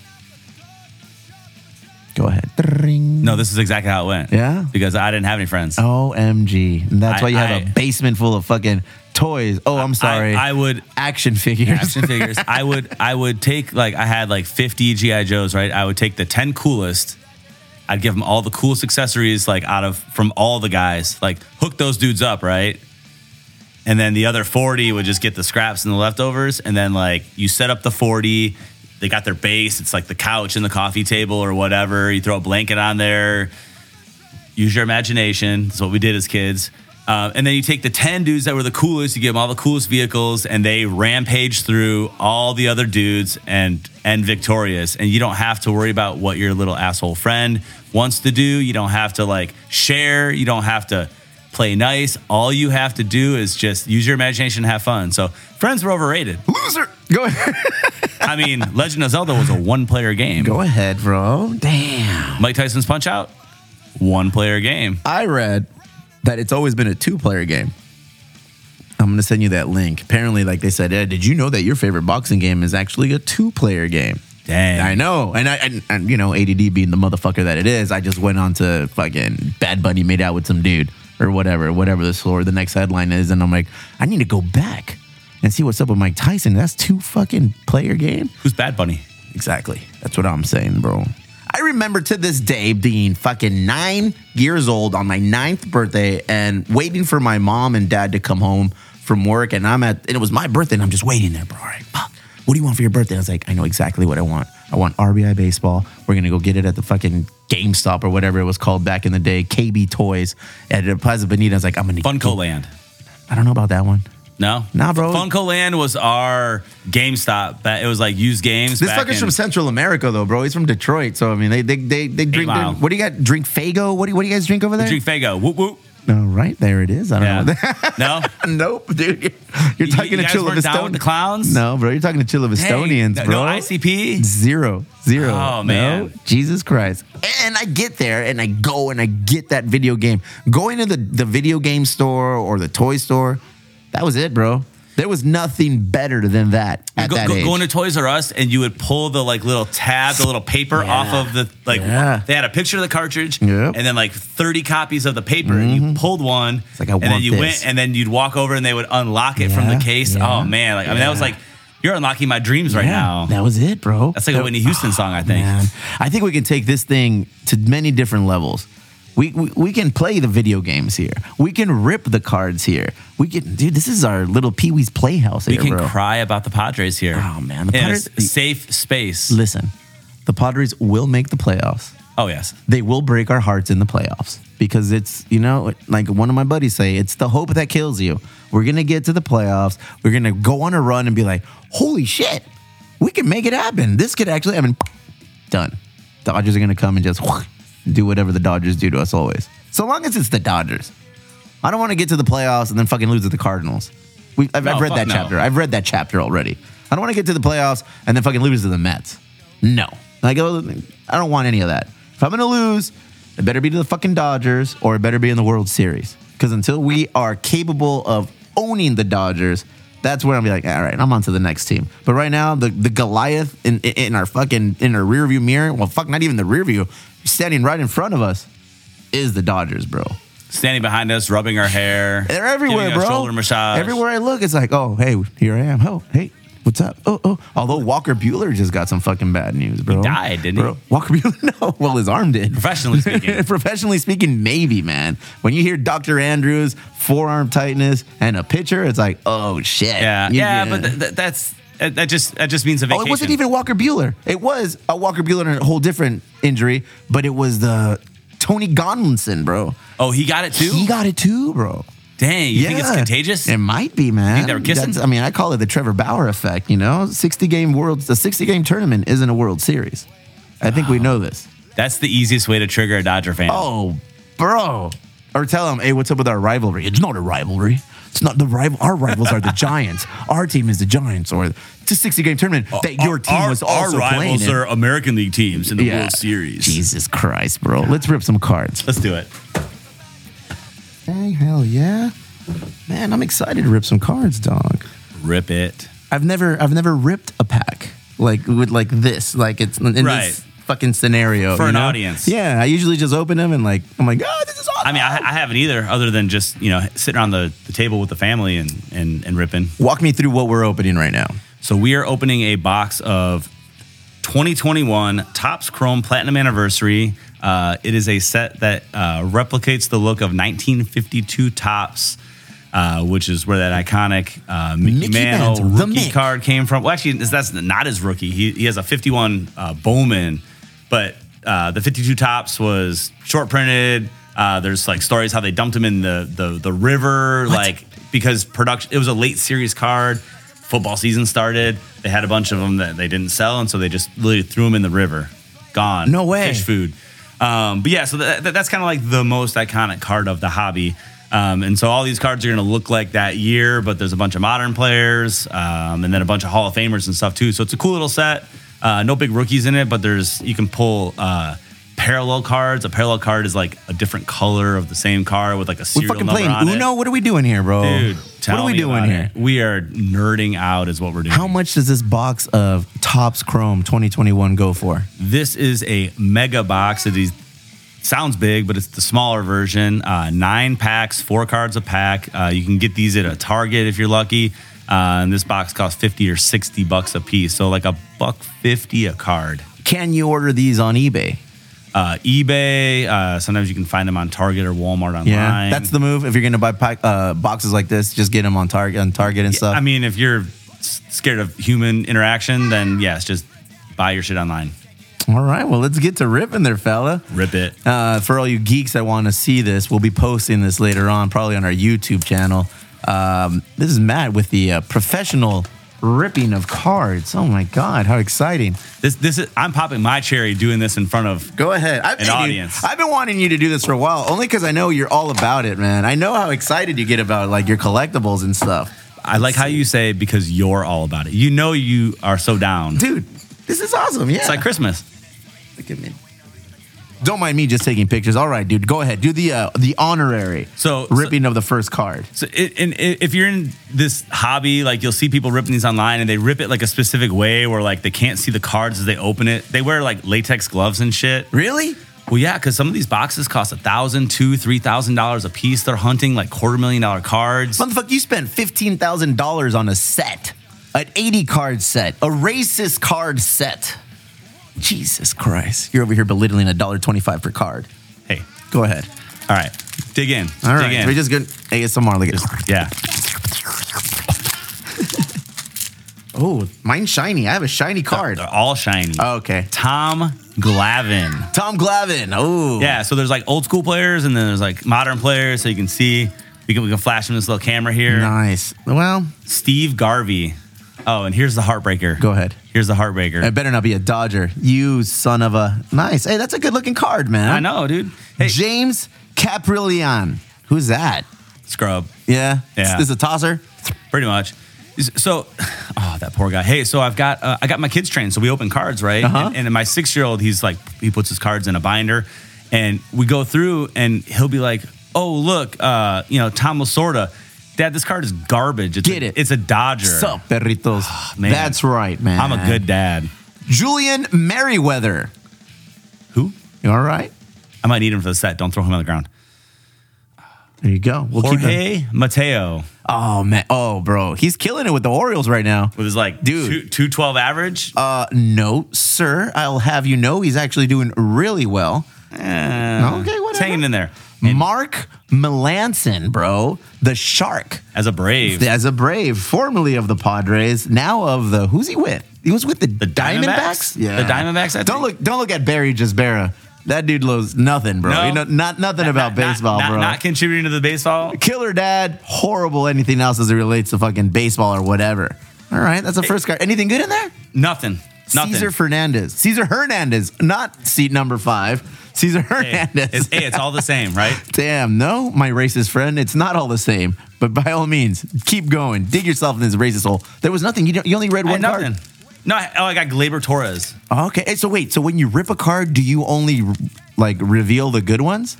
Speaker 3: Go ahead. Dring.
Speaker 4: No, this is exactly how it went.
Speaker 3: Yeah?
Speaker 4: because I didn't have any friends. Oh,
Speaker 3: OMG. And that's
Speaker 4: I-
Speaker 3: why you have a
Speaker 4: I-
Speaker 3: basement full of fucking toys. Oh, I'm sorry.
Speaker 4: I, I would
Speaker 3: action figures.
Speaker 4: action figures. I would I would take like I had like 50 GI Joes, right? I would take the 10 coolest. I'd give them all the coolest accessories like out of from all the guys. Like hook those dudes up, right? And then the other 40 would just get the scraps and the leftovers and then like you set up the 40 they got their base. It's like the couch and the coffee table or whatever. You throw a blanket on there. Use your imagination. That's what we did as kids. Uh, and then you take the 10 dudes that were the coolest, you give them all the coolest vehicles, and they rampage through all the other dudes and end victorious. And you don't have to worry about what your little asshole friend wants to do. You don't have to like share. You don't have to play nice. All you have to do is just use your imagination and have fun. So friends were overrated.
Speaker 3: Loser. Go ahead.
Speaker 4: I mean, Legend of Zelda was a one player game.
Speaker 3: Go ahead, bro. Damn.
Speaker 4: Mike Tyson's Punch Out, one player game.
Speaker 3: I read that it's always been a two player game. I'm gonna send you that link. Apparently, like they said, Ed, did you know that your favorite boxing game is actually a two player game?
Speaker 4: Dang.
Speaker 3: I know, and I and, and you know, ADD being the motherfucker that it is, I just went on to fucking Bad Bunny made out with some dude or whatever, whatever the or the next headline is, and I'm like, I need to go back and see what's up with Mike Tyson. That's two fucking player game.
Speaker 4: Who's Bad Bunny?
Speaker 3: Exactly. That's what I'm saying, bro. I remember to this day being fucking nine years old on my ninth birthday and waiting for my mom and dad to come home from work. And I'm at, and it was my birthday, and I'm just waiting there, bro. All right, fuck. What do you want for your birthday? And I was like, I know exactly what I want. I want RBI baseball. We're gonna go get it at the fucking GameStop or whatever it was called back in the day, KB Toys at Plaza Bonita. I was like, I'm gonna.
Speaker 4: Funko Land.
Speaker 3: I don't know about that one.
Speaker 4: No,
Speaker 3: Nah, bro.
Speaker 4: Funko Land was our GameStop. That it was like used games.
Speaker 3: This
Speaker 4: back
Speaker 3: fucker's
Speaker 4: in-
Speaker 3: from Central America, though, bro. He's from Detroit, so I mean, they they they, they drink. their-
Speaker 4: Mile.
Speaker 3: what do you got? Drink Fago? What do you, what do you guys drink over there?
Speaker 4: Drink Fago. Whoop whoop.
Speaker 3: All right, there it is. I don't know.
Speaker 4: Yeah.
Speaker 3: what that-
Speaker 4: no.
Speaker 3: nope, dude. You're, you're talking
Speaker 4: you
Speaker 3: to
Speaker 4: guys
Speaker 3: Chill of
Speaker 4: weren't down with the clowns?
Speaker 3: No, bro. You're talking to Chill of Estonians,
Speaker 4: Dang.
Speaker 3: bro.
Speaker 4: No ICP.
Speaker 3: Zero. Zero.
Speaker 4: Oh, man.
Speaker 3: No? Jesus Christ. And I get there and I go and I get that video game. Going to the, the video game store or the toy store, that was it, bro. There was nothing better than that at
Speaker 4: Go,
Speaker 3: that
Speaker 4: go,
Speaker 3: age.
Speaker 4: going to Toys R Us and you would pull the like little tab, the little paper off of the like.
Speaker 3: Yeah.
Speaker 4: They had a picture of the cartridge,
Speaker 3: Yep. Mm-hmm.
Speaker 4: and then like thirty copies of the paper, and you pulled one.
Speaker 3: It's like, I
Speaker 4: and then
Speaker 3: want
Speaker 4: you
Speaker 3: this.
Speaker 4: went, and then you'd walk over, and they would unlock it from the
Speaker 3: Yeah,
Speaker 4: case.
Speaker 3: yeah,
Speaker 4: oh man, like I mean, that was
Speaker 3: yeah.
Speaker 4: like you're unlocking my dreams right
Speaker 3: Yeah,
Speaker 4: now.
Speaker 3: That was it, bro.
Speaker 4: That's like a
Speaker 3: That-
Speaker 4: Whitney Houston song, I think.
Speaker 3: Man, I think we can take this thing to many different levels. We, we, we can play the video games here. We can rip the cards here. We can, dude. This is our little Pee Wee's Playhouse
Speaker 4: We
Speaker 3: here,
Speaker 4: can
Speaker 3: bro.
Speaker 4: cry about the Padres here.
Speaker 3: Oh, man, the
Speaker 4: In a
Speaker 3: Padres-
Speaker 4: s- safe space.
Speaker 3: Listen, the Padres will make the playoffs.
Speaker 4: Oh yes,
Speaker 3: They will break our hearts in the playoffs because it's you know like one of my buddies say it's the hope that kills you. We're gonna get to the playoffs. We're gonna go on a run and be like, holy shit, we can make it happen. This could actually happen. done. Dodgers are going to come and just do whatever the Dodgers do to us always. So long as it's the Dodgers. I don't want to get to the playoffs and then fucking lose to the Cardinals. We, I've,
Speaker 4: No,
Speaker 3: I've read
Speaker 4: fuck
Speaker 3: that
Speaker 4: no.
Speaker 3: chapter. I've read that chapter already. I don't want to get to the playoffs and then fucking lose to the Mets. No. Like, oh, I don't want any of that. If I'm going to lose, it better be to the fucking Dodgers or it better be in the World Series. Because until we are capable of owning the Dodgers, that's where I'm gonna be like, all right, I'm on to the next team. But right now, the, the Goliath in, in in our fucking in our rearview mirror, well, fuck, not even the rear view, standing right in front of us, is the Dodgers, bro.
Speaker 4: standing behind us, rubbing our hair.
Speaker 3: They're everywhere,
Speaker 4: giving us
Speaker 3: bro.
Speaker 4: Shoulder massage.
Speaker 3: Everywhere I look, it's like, oh, hey, here I am. Oh, hey, what's up? Oh, oh. Although Walker Bueller just got some fucking bad news, bro.
Speaker 4: died, didn't he?
Speaker 3: bro, Walker Bueller? No. Well, his arm did.
Speaker 4: Professionally speaking.
Speaker 3: Professionally speaking, maybe, man. When you hear Dr. Andrews, forearm tightness, and a pitcher, it's like, oh, shit.
Speaker 4: Yeah,
Speaker 3: You-
Speaker 4: yeah, but th- th- that's that that just that just means a
Speaker 3: Oh,
Speaker 4: vacation.
Speaker 3: it wasn't even Walker Bueller. It was a Walker Bueller and a whole different injury, but it was the Tony Gonlinson, bro.
Speaker 4: Oh, he got it too.
Speaker 3: He got it too, bro.
Speaker 4: Dang, you think it's contagious?
Speaker 3: It might be, man.
Speaker 4: they were kissing?
Speaker 3: That's- I mean, I call it the Trevor Bauer effect. You know, sixty game world, the sixty game tournament isn't a World Series. I think we know this.
Speaker 4: That's the easiest way to trigger a Dodger fan.
Speaker 3: Oh, bro. Or tell him, hey, what's up with our rivalry? It's not a rivalry. It's not the rival. Our rivals are the Giants. Our team is the Giants, or it's a 60 game tournament that your team
Speaker 4: Uh, our,
Speaker 3: was
Speaker 4: our
Speaker 3: also playing.
Speaker 4: rivals
Speaker 3: in.
Speaker 4: are American League teams in the
Speaker 3: Yeah.
Speaker 4: World Series.
Speaker 3: Jesus Christ, bro. Let's rip some cards.
Speaker 4: Let's do it.
Speaker 3: Hey, hell yeah. Man, I'm excited to rip some cards, dog.
Speaker 4: Rip it.
Speaker 3: I've never I've never ripped a pack like with like this like it's in
Speaker 4: Right.
Speaker 3: this fucking scenario
Speaker 4: For
Speaker 3: you
Speaker 4: an
Speaker 3: know?
Speaker 4: audience.
Speaker 3: Yeah, I usually just open them and like I'm like, oh, this is awesome.
Speaker 4: I mean, I, I haven't either, other than just you know sitting around the, the table with the family and, and and ripping.
Speaker 3: walk me through what we're opening right now.
Speaker 4: So we are opening a box of 2021 Topps Chrome Platinum Anniversary. Uh, it is a set that uh, replicates the look of 1952 Topps, uh, which is where that iconic uh, Mickey,
Speaker 3: Mickey
Speaker 4: Mantle
Speaker 3: Mantle, the
Speaker 4: rookie
Speaker 3: Mick.
Speaker 4: card came from. Well, actually, that's- that's not his rookie. He, he has a 51 uh, Bowman, but uh, the 52 Tops was short printed. Uh, there's like stories how they dumped him in the the, the river, like because production. It was a late series card. Football season started. They had a bunch of them that they didn't sell, and so they just literally threw them in the river. Gone.
Speaker 3: No way.
Speaker 4: Fish food. Um, but yeah, so that, that- that's kind of like the most iconic card of the hobby. Um, and so all these cards are going to look like that year, but there's a bunch of modern players um, and then a bunch of Hall of Famers and stuff too. So it's a cool little set. Uh, no big rookies in it, but there's you can pull uh, parallel cards. A parallel card is like a different color of the same card with like a
Speaker 3: We
Speaker 4: serial
Speaker 3: fucking
Speaker 4: number
Speaker 3: playing
Speaker 4: on it.
Speaker 3: Uno. What are we doing here, bro?
Speaker 4: Dude,
Speaker 3: what
Speaker 4: tell
Speaker 3: are we
Speaker 4: me
Speaker 3: doing
Speaker 4: about
Speaker 3: here?
Speaker 4: it. We are nerding out, is what we're doing.
Speaker 3: How much does this box of Topps Chrome 2021 go for?
Speaker 4: This is a mega box. It is sounds big, but it's the smaller version. Uh, nine packs, four cards a pack. Uh, you can get these at a Target if you're lucky. Uh, and this box costs fifty or sixty bucks a piece, so like a buck fifty a card.
Speaker 3: Can you order these on eBay?
Speaker 4: Uh, eBay. Uh, sometimes you can find them on Target or Walmart online.
Speaker 3: Yeah, that's the move. If you're gonna buy pack, uh, boxes like this, just get them on Target, on Target and stuff.
Speaker 4: I mean, if you're s- scared of human interaction, then yes, just buy your shit online.
Speaker 3: All right, well, let's get to ripping there, fella.
Speaker 4: Rip it.
Speaker 3: Uh, for all you geeks that want to see this, we'll be posting this later on, probably on our YouTube channel. Um, this is Matt with the uh, professional ripping of cards. Oh my God, how exciting!
Speaker 4: This this is. I'm popping my cherry doing this in front of
Speaker 3: Go ahead. I've,
Speaker 4: An
Speaker 3: dude,
Speaker 4: audience.
Speaker 3: I've been wanting you to do this for a while, only because I know you're all about it, man. I know how excited you get about like your collectibles and stuff,
Speaker 4: I like how you say because you're all about it. You know you are so down.
Speaker 3: dude. This is awesome. Yeah,
Speaker 4: It's like Christmas.
Speaker 3: Look at me. Don't mind me just taking pictures. All right, dude, go ahead. Do the uh, the honorary
Speaker 4: So-
Speaker 3: ripping of the first card.
Speaker 4: So it, and i if you're in this hobby, like you'll see people ripping these online, and they rip it like a specific way where like they can't see the cards as they open it. They wear like latex gloves and shit.
Speaker 3: Really?
Speaker 4: Well, yeah, because some of these boxes cost a thousand, two, three thousand dollars a piece. They're hunting like quarter million dollar cards.
Speaker 3: Motherfucker, you spent fifteen thousand dollars on a set, an eighty card set, a racist card set. Jesus Christ! You're over here belittling a dollar twenty-five per card.
Speaker 4: Hey,
Speaker 3: Go ahead.
Speaker 4: all right, dig in.
Speaker 3: All
Speaker 4: dig
Speaker 3: right,
Speaker 4: in.
Speaker 3: we just good ASMR. Look at
Speaker 4: Just- yeah.
Speaker 3: oh, mine's shiny. I have a shiny card. Uh,
Speaker 4: They're all shiny.
Speaker 3: Okay,
Speaker 4: Tom Glavin.
Speaker 3: Tom Glavin. Oh,
Speaker 4: Yeah, so there's like old school players and then there's like modern players, so you can see. We can, we can flash in this little camera here.
Speaker 3: nice. Well,
Speaker 4: Steve Garvey. Oh, and here's the heartbreaker.
Speaker 3: go ahead.
Speaker 4: Here's the
Speaker 3: It
Speaker 4: heartbreaker.
Speaker 3: better not be a Dodger. You son of a nice. Hey, that's a good looking card, man.
Speaker 4: I know, dude. Hey,
Speaker 3: James Caprillion. Who's that?
Speaker 4: scrub.
Speaker 3: Yeah.
Speaker 4: Yeah.
Speaker 3: This is a tosser.
Speaker 4: Pretty much. So, oh, that poor guy. Hey, so I've got uh, I got my kids trained, so we open cards, right?
Speaker 3: Uh-huh.
Speaker 4: And, and my six year old, he's like, he puts his cards in a binder, and we go through, and he'll be like, "Oh, look, uh, you know, Tom Lasorda, Dad, this card is garbage. It's
Speaker 3: Get
Speaker 4: a,
Speaker 3: it.
Speaker 4: It's a Dodger.
Speaker 3: Sup, perritos.
Speaker 4: Ah, man.
Speaker 3: That's right, man.
Speaker 4: I'm a good dad.
Speaker 3: Julian Merriweather.
Speaker 4: Who?
Speaker 3: You all right?
Speaker 4: I might need him for the set. Don't throw him on the ground.
Speaker 3: There you go. We'll keep him.
Speaker 4: Jorge Mateo
Speaker 3: Oh man. Oh, bro, he's killing it with the Orioles right now.
Speaker 4: with his like
Speaker 3: Dude.
Speaker 4: two- 212 average.
Speaker 3: Uh, no, sir. I'll have you know he's actually doing really well.
Speaker 4: Eh,
Speaker 3: okay,
Speaker 4: It's
Speaker 3: whatever.
Speaker 4: hanging in there.
Speaker 3: Mark Melanson, bro, the Shark.
Speaker 4: As a brave.
Speaker 3: as a Brave, formerly of the Padres, now of the who's he with? He was with the,
Speaker 4: Diamondbacks?
Speaker 3: Yeah,
Speaker 4: The Diamondbacks, I
Speaker 3: don't
Speaker 4: think.
Speaker 3: look, don't look at Barry Jasbera. That dude knows nothing, bro.
Speaker 4: No.
Speaker 3: You know, not nothing about
Speaker 4: Not- not-
Speaker 3: baseball,
Speaker 4: not-
Speaker 3: bro.
Speaker 4: Not contributing to the baseball.
Speaker 3: Killer dad, horrible. Anything else as it relates to fucking baseball or whatever. All right, that's the first card. Anything good in there?
Speaker 4: Nothing. Nothing.
Speaker 3: Cesar Fernandez. Cesar Hernandez, not seat number five. Cesar
Speaker 4: Hey,
Speaker 3: Hernandez.
Speaker 4: it's, hey, it's all the same, right?
Speaker 3: Damn, no, my racist friend. It's not all the same. But by all means, keep going. Dig yourself in this racist hole. There was nothing. You, don't- you only read
Speaker 4: I had
Speaker 3: one card. Oh,
Speaker 4: nothing. No, I, oh, I got Glaber Torres.
Speaker 3: Okay. Hey, So wait. So when you rip a card, do you only like reveal the good ones,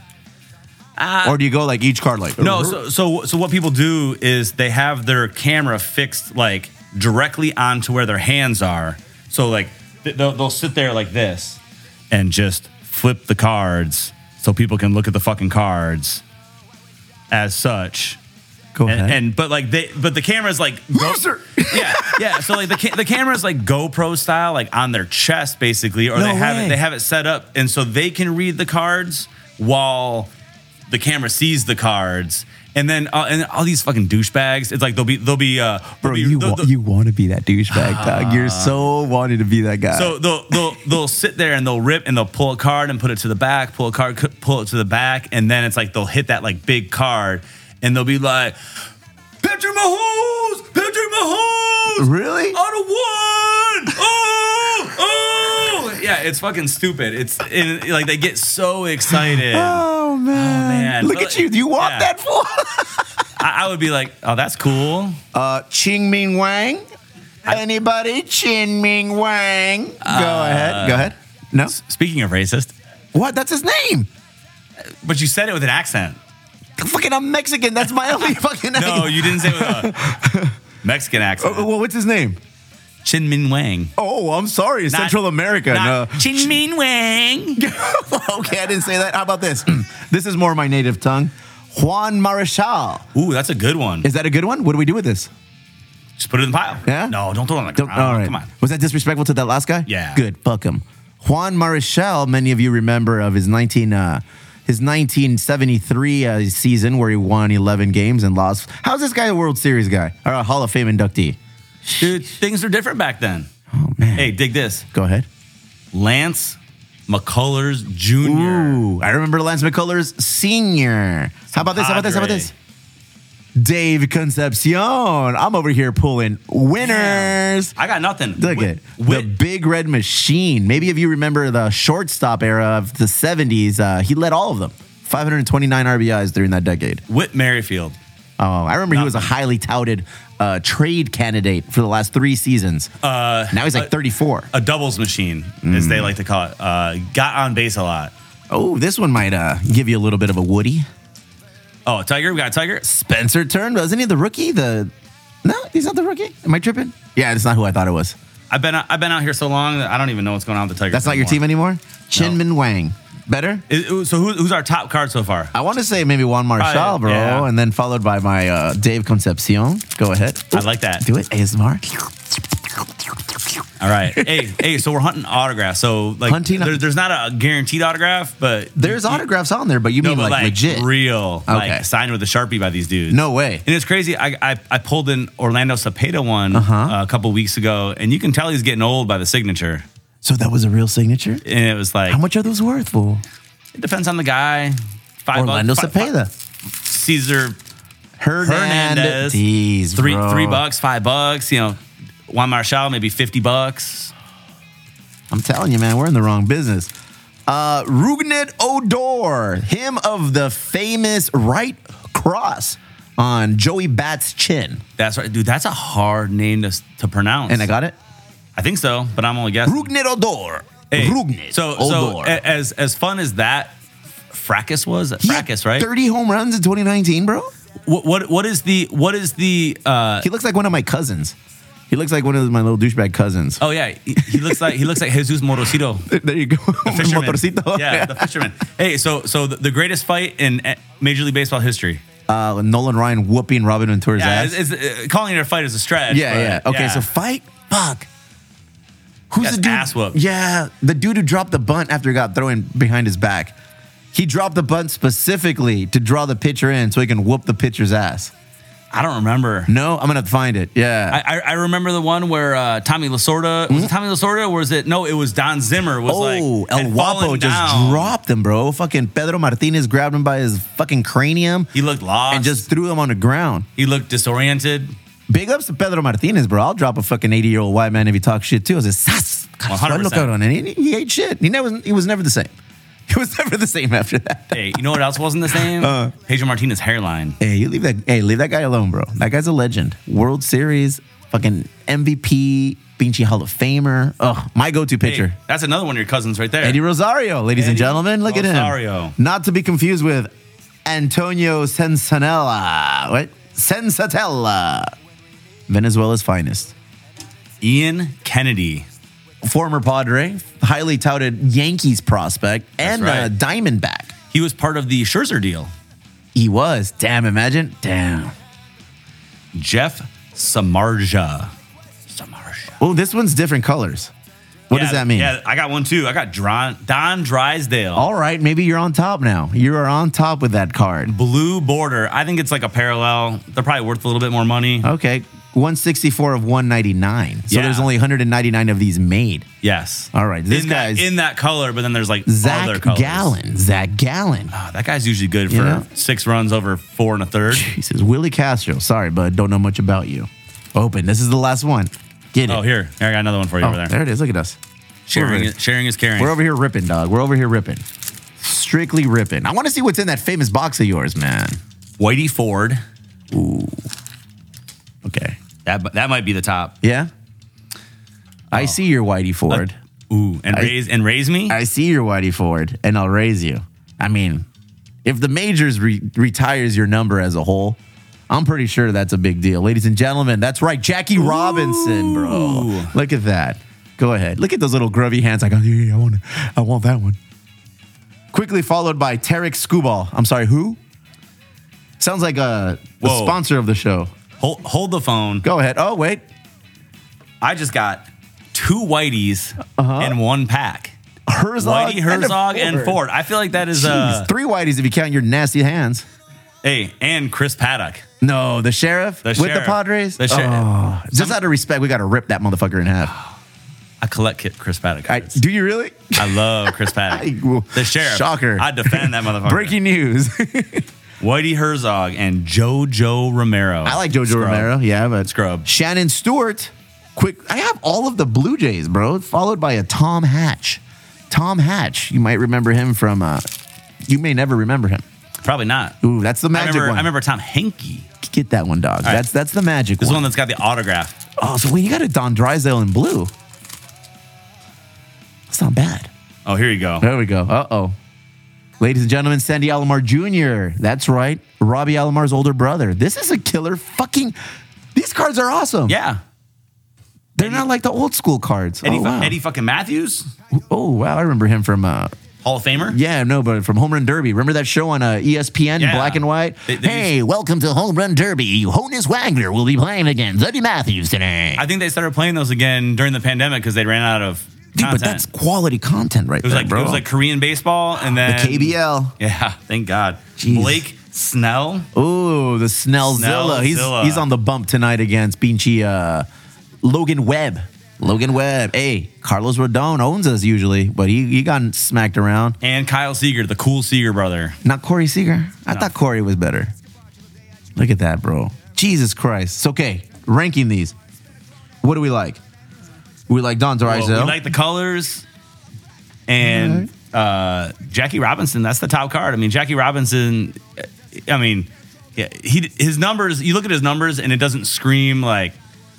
Speaker 3: or do you go like each card like?
Speaker 4: Uh, No, so so so what people do is they have their camera fixed like directly onto where their hands are. So like th- they'll, they'll sit there like this and just flip the cards so people can look at the fucking cards as such.
Speaker 3: go
Speaker 4: And,
Speaker 3: ahead.
Speaker 4: and but like they but the camera's like go-
Speaker 3: Loser!
Speaker 4: yeah yeah so like the ca- the camera's like GoPro style like on their chest basically or
Speaker 3: No
Speaker 4: they have
Speaker 3: way.
Speaker 4: it they have it set up and so they can read the cards while the camera sees the cards and then uh, and all these fucking douchebags it's like they'll be they'll be uh they'll
Speaker 3: Bro,
Speaker 4: be-
Speaker 3: you
Speaker 4: they'll-
Speaker 3: wa-
Speaker 4: they'll-
Speaker 3: you want to be that douchebag, dog. You're so wanting to be that guy.
Speaker 4: Ah. so they'll they'll they'll sit there and they'll rip and they'll pull a card and put it to the back, pull a card, cu- pull it to the back, and then it's like they'll hit that like big card and they'll be like, Patrick Mahomes, Patrick Mahomes,
Speaker 3: Really?
Speaker 4: on a one, oh, oh, yeah, it's fucking stupid. It's and, like they get so excited. I,
Speaker 3: oh man,
Speaker 4: man.
Speaker 3: look at you. You want
Speaker 4: Yeah.
Speaker 3: that fool?
Speaker 4: I would be like, oh, that's cool.
Speaker 3: uh, Ching Ming Wang. Anybody? Ching Ming Wang. Go
Speaker 4: Uh,
Speaker 3: ahead. Go ahead. No.
Speaker 4: Speaking of racist,
Speaker 3: What? That's his name.
Speaker 4: but you said it with an accent.
Speaker 3: Fucking, I'm Mexican. That's my only fucking name. Oh,
Speaker 4: No, you didn't say it with a Uh, Mexican accent.
Speaker 3: well, what's his name?
Speaker 4: Chin Min Wang.
Speaker 3: Oh, I'm sorry,
Speaker 4: Not-
Speaker 3: Central America.
Speaker 4: not
Speaker 3: no.
Speaker 4: Chin Min Wang.
Speaker 3: okay, I didn't say that. How about this? this is more my native tongue. Juan Marichal.
Speaker 4: Ooh, that's a good one.
Speaker 3: Is that a good one? What do we do with this?
Speaker 4: Just put it in the pile.
Speaker 3: Yeah?
Speaker 4: No, don't throw it on the
Speaker 3: Don't-
Speaker 4: ground. Ah, Come on.
Speaker 3: Was that disrespectful to that last guy?
Speaker 4: Yeah.
Speaker 3: Good. Fuck him. Juan Marichal. Many of you remember of his 19. Uh, his 1973 uh, season where he won 11 games and lost. How's this guy a World Series guy or a Hall of Fame inductee?
Speaker 4: Dude, things are different back then.
Speaker 3: Oh man.
Speaker 4: Hey, dig this.
Speaker 3: Go ahead.
Speaker 4: Lance McCullers Jr.
Speaker 3: Ooh, I remember Lance McCullers Senior. How about this? How about this? How about this? Dave Concepcion. I'm over here pulling winners.
Speaker 4: I got nothing.
Speaker 3: Look
Speaker 4: Wi-
Speaker 3: at the
Speaker 4: wi-
Speaker 3: Big Red Machine. Maybe if you remember the shortstop era of the 70s, uh, he led all of them. 529 RBIs during that decade.
Speaker 4: Whit Merrifield.
Speaker 3: Oh, I remember he was a highly touted uh, trade candidate for the last three seasons. Uh, now he's like 34.
Speaker 4: A doubles machine, as
Speaker 3: Mm.
Speaker 4: they like to call it. Uh, got on base a lot.
Speaker 3: Oh, this one might uh, give you a little bit of a Woody.
Speaker 4: Oh, Tiger, we got Tiger.
Speaker 3: Spencer Turnbull. Isn't he the rookie? The no, he's not the rookie. Am I tripping? Yeah, it's not who I thought it was.
Speaker 4: I've been out, I've been out here so long that I don't even know what's going on with the Tiger.
Speaker 3: That's not your team anymore. Chin Min Wang. Better.
Speaker 4: so who, who's our top card so far?
Speaker 3: I want to say maybe Juan Marshall,
Speaker 4: Probably,
Speaker 3: bro,
Speaker 4: yeah.
Speaker 3: and then followed by my uh, Dave Concepcion. Go ahead.
Speaker 4: I like that.
Speaker 3: Uh, Do it ASMR.
Speaker 4: All right. hey, hey. So we're hunting autographs. So like,
Speaker 3: Hunting-
Speaker 4: there- there's not a guaranteed autograph, but
Speaker 3: There's autographs on there, but you mean
Speaker 4: but
Speaker 3: like, legit?
Speaker 4: real,
Speaker 3: Okay.
Speaker 4: like signed with a sharpie by these dudes.
Speaker 3: no way.
Speaker 4: And it's crazy. I, I, I pulled an Orlando Cepeda one
Speaker 3: Uh-huh.
Speaker 4: uh, a couple weeks ago, and you can tell he's getting old by the signature.
Speaker 3: So that was a real signature.
Speaker 4: And it was like,
Speaker 3: How much are those worth, fool?
Speaker 4: it depends on the guy. Five
Speaker 3: Orlando
Speaker 4: bucks, five-
Speaker 3: Cepeda,
Speaker 4: five- Caesar
Speaker 3: Hernandez,
Speaker 4: Hernandez.
Speaker 3: Jeez,
Speaker 4: three
Speaker 3: bro.
Speaker 4: three bucks, five bucks. You know, Juan Marshall maybe fifty bucks.
Speaker 3: I'm telling you, man, we're in the wrong business. Uh, Rugnet Odor, him of the famous right cross on Joey Bat's chin,
Speaker 4: That's right, dude. That's a hard name to, to pronounce.
Speaker 3: and I got it.
Speaker 4: I think so, but I'm only guessing.
Speaker 3: Rugnet Odor.
Speaker 4: Hey,
Speaker 3: Rugnet
Speaker 4: So, so eh,
Speaker 3: Odor.
Speaker 4: a- as as fun as that fracas was,
Speaker 3: He had
Speaker 4: fracas, right?
Speaker 3: 30 home runs in 2019, bro.
Speaker 4: What, what what is the what is the? uh
Speaker 3: He looks like one of my cousins. He looks like one of my little douchebag cousins.
Speaker 4: Oh yeah, he, he looks like he looks like Jesus Morosito,
Speaker 3: There you go.
Speaker 4: fisherman.
Speaker 3: Motorcito.
Speaker 4: Yeah, the fisherman. Hey, so so the, the greatest fight in uh, Major League Baseball history.
Speaker 3: Uh, Nolan Ryan whooping Robin Ventura's
Speaker 4: Yeah,
Speaker 3: ass.
Speaker 4: it's, it's, uh, calling it a fight is a stretch.
Speaker 3: yeah,
Speaker 4: but
Speaker 3: yeah. Okay, so fight. Fuck. Who's
Speaker 4: Got
Speaker 3: the
Speaker 4: his
Speaker 3: dude?
Speaker 4: ass whooped.
Speaker 3: Yeah, the dude who dropped the bunt after he got thrown behind his back. He dropped the bunt specifically to draw the pitcher in so he can whoop the pitcher's ass.
Speaker 4: I don't remember.
Speaker 3: No, I'm gonna have to find it. Yeah.
Speaker 4: I, I I remember the one where uh, Tommy Lasorda was it Tommy Lasorda or was it no? It was Don Zimmer was like
Speaker 3: oh, El
Speaker 4: had
Speaker 3: Guapo
Speaker 4: fallen
Speaker 3: just
Speaker 4: down.
Speaker 3: dropped him, bro. Fucking Pedro Martinez grabbed him by his fucking cranium
Speaker 4: He looked lost
Speaker 3: and just threw him on the ground.
Speaker 4: he looked disoriented.
Speaker 3: Big ups to Pedro Martinez, bro. I'll drop a fucking 80 year old white man if he talks shit too. I was like, Sas, Suelo,
Speaker 4: 100%.
Speaker 3: cabrón. And he, he ate shit. He never he was never the same. He was never the same after that.
Speaker 4: Hey, you know what else wasn't the same?
Speaker 3: Uh.
Speaker 4: Pedro Martinez hairline.
Speaker 3: Hey, you leave that. Hey, leave that guy alone, bro. That guy's a legend. World Series, fucking MVP, Beachy Hall of Famer. Oh, my go-to
Speaker 4: Hey,
Speaker 3: pitcher,
Speaker 4: that's another one of your cousins right there.
Speaker 3: Eddie Rosario, ladies and
Speaker 4: Eddie
Speaker 3: gentlemen. Look at him.
Speaker 4: Rosario.
Speaker 3: Not to be confused with Antonio Sensatella. What? Sensatella. Venezuela's finest.
Speaker 4: Ian Kennedy.
Speaker 3: Former Padre, highly touted Yankees prospect, and
Speaker 4: right.
Speaker 3: uh, Diamondback.
Speaker 4: He was part of the Scherzer deal.
Speaker 3: He was. Damn, imagine. Damn.
Speaker 4: Jeff Samarja. Samarja.
Speaker 3: Oh, this one's different colors. What does
Speaker 4: Yeah,
Speaker 3: that mean?
Speaker 4: Yeah, I got one too. I got Dron, Don Drysdale.
Speaker 3: All right, maybe you're on top now. You are on top with that card.
Speaker 4: Blue border. I think it's like a parallel. They're probably worth a little bit more money.
Speaker 3: Okay. 164 of 199. So
Speaker 4: Yeah.
Speaker 3: there's only 199 of these made.
Speaker 4: Yes.
Speaker 3: All right, this
Speaker 4: in
Speaker 3: guy's-
Speaker 4: that, in that color, but then there's like other
Speaker 3: Zach
Speaker 4: colors.
Speaker 3: Gallen. Zach Gallen.
Speaker 4: Ah, that guy's usually good for
Speaker 3: Yeah.
Speaker 4: six runs over four and a third.
Speaker 3: He says, Willie Castro. Sorry, bud. Don't know much about you. Open. This is the last one. Get it.
Speaker 4: Oh, here. here I got another one for you
Speaker 3: Oh,
Speaker 4: over there.
Speaker 3: it is. Look at us.
Speaker 4: Sharing,
Speaker 3: We're
Speaker 4: is, sharing is caring.
Speaker 3: We're over here ripping, dog. We're over here ripping. Strictly ripping. I want to see what's in that famous box of yours, man.
Speaker 4: Whitey Ford.
Speaker 3: Okay.
Speaker 4: That that might be the top.
Speaker 3: Yeah?
Speaker 4: Oh.
Speaker 3: I see your Whitey Ford.
Speaker 4: Ooh, and raise and raise me.
Speaker 3: I see your Whitey Ford, and I'll raise you. I mean, if the majors re- retires your number as a whole, I'm pretty sure that's a big deal, ladies and gentlemen. That's right, Jackie Robinson, bro. Look at that. Go ahead. Look at those little grubby hands. Like, oh, yeah, yeah, I want, I want that one. Quickly followed by Tarek Skubal. I'm sorry, who? Sounds like a the
Speaker 4: Whoa.
Speaker 3: sponsor of the show.
Speaker 4: hold, hold the phone.
Speaker 3: Go ahead. Oh wait,
Speaker 4: I just got two Whiteys
Speaker 3: Uh-huh.
Speaker 4: in one pack.
Speaker 3: Herzog,
Speaker 4: Whitey Herzog and Ford. I feel like that is uh
Speaker 3: Jeez, three whiteys if you count your nasty hands.
Speaker 4: hey, and Chris Paddock.
Speaker 3: No, the sheriff
Speaker 4: The
Speaker 3: with
Speaker 4: sheriff.
Speaker 3: the Padres.
Speaker 4: The sheriff.
Speaker 3: Oh,
Speaker 4: Oh,
Speaker 3: just out of respect, we got to rip that motherfucker in half.
Speaker 4: I collect Ki- Chris Paddock.
Speaker 3: I,
Speaker 4: cards.
Speaker 3: do you really?
Speaker 4: I love Chris Paddock.
Speaker 3: Well,
Speaker 4: the sheriff.
Speaker 3: Shocker.
Speaker 4: I defend that motherfucker.
Speaker 3: Breaking news.
Speaker 4: Whitey Herzog and JoJo Romero.
Speaker 3: I like JoJo
Speaker 4: Scrub.
Speaker 3: Romero. Yeah, but
Speaker 4: Scrub.
Speaker 3: Shannon Stewart. Quick, I have all of the Blue Jays, bro. Followed by a Tom Hatch. Tom Hatch. You might remember him from. Uh, you may never remember him.
Speaker 4: Probably not.
Speaker 3: Ooh, that's the
Speaker 4: I
Speaker 3: magic
Speaker 4: remember,
Speaker 3: one.
Speaker 4: I remember Tom Henke.
Speaker 3: Get that one, dog. That's that's the magic
Speaker 4: This is
Speaker 3: one.
Speaker 4: one that's got the autograph.
Speaker 3: Oh, so when you got a Don Drysdale in blue, that's not bad.
Speaker 4: Oh, here you go.
Speaker 3: There we go. Uh oh. Ladies and gentlemen, Sandy Alomar Jr. That's right. Robbie Alomar's older brother. This is a killer fucking. These cards are awesome.
Speaker 4: Yeah.
Speaker 3: They're not like the old school cards.
Speaker 4: Eddie,
Speaker 3: oh,
Speaker 4: fu-
Speaker 3: wow.
Speaker 4: Eddie fucking Matthews,
Speaker 3: oh, wow. I remember him from, uh,
Speaker 4: Hall of Famer.
Speaker 3: yeah, no, but from Home Run Derby. Remember that show on uh, ESPN,
Speaker 4: Yeah.
Speaker 3: black and white?
Speaker 4: They- they
Speaker 3: hey, welcome to Home Run Derby. Honus Wagner will be playing against Eddie Matthews today.
Speaker 4: I think they started playing those again during the pandemic because they ran out of
Speaker 3: Dude, but
Speaker 4: content.
Speaker 3: that's quality content right
Speaker 4: it was
Speaker 3: there,
Speaker 4: like
Speaker 3: bro.
Speaker 4: it was like Korean baseball and
Speaker 3: the
Speaker 4: then
Speaker 3: KBL.
Speaker 4: Yeah, thank God.
Speaker 3: Jeez.
Speaker 4: Blake Snell.
Speaker 3: Oh, the Snellzilla. He's
Speaker 4: Snellzilla.
Speaker 3: he's on the bump tonight against Beachy uh, Logan Webb. Logan Webb. Hey, Carlos Rodon owns us usually, but he, he got smacked around.
Speaker 4: and Kyle Seager, the cool Seager brother.
Speaker 3: Not Corey Seager. I thought Corey was better. Look at that, bro. Jesus Christ. It's okay. Ranking these. What do we like? We like Don
Speaker 4: Well,
Speaker 3: Dorizel.
Speaker 4: we like the colors and uh, Jackie Robinson. That's the top card. I mean, Jackie Robinson. I mean, yeah, he his numbers. You look at his numbers, and it doesn't scream like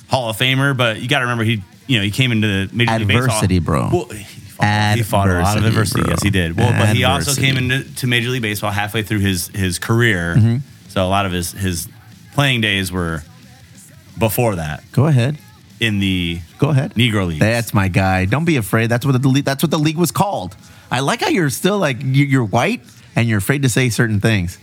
Speaker 4: Hall of Famer. But you got to remember he. You know, he came into the major League Baseball-
Speaker 3: Adversity, bro.
Speaker 4: Well, he fought- he fought a lot of
Speaker 3: Adversity,
Speaker 4: adversity.
Speaker 3: bro.
Speaker 4: Yes, he did. Well, but he also
Speaker 3: Adversity.
Speaker 4: came into to Major League Baseball halfway through his his career.
Speaker 3: Mm-hmm.
Speaker 4: So a lot of his his playing days were before that
Speaker 3: Go ahead.
Speaker 4: in the
Speaker 3: Go ahead.
Speaker 4: Negro League.
Speaker 3: That's my guy. Don't be afraid. That's what the league, that's what the league was called. I like how you're still like you- you're white and you're afraid to say certain things.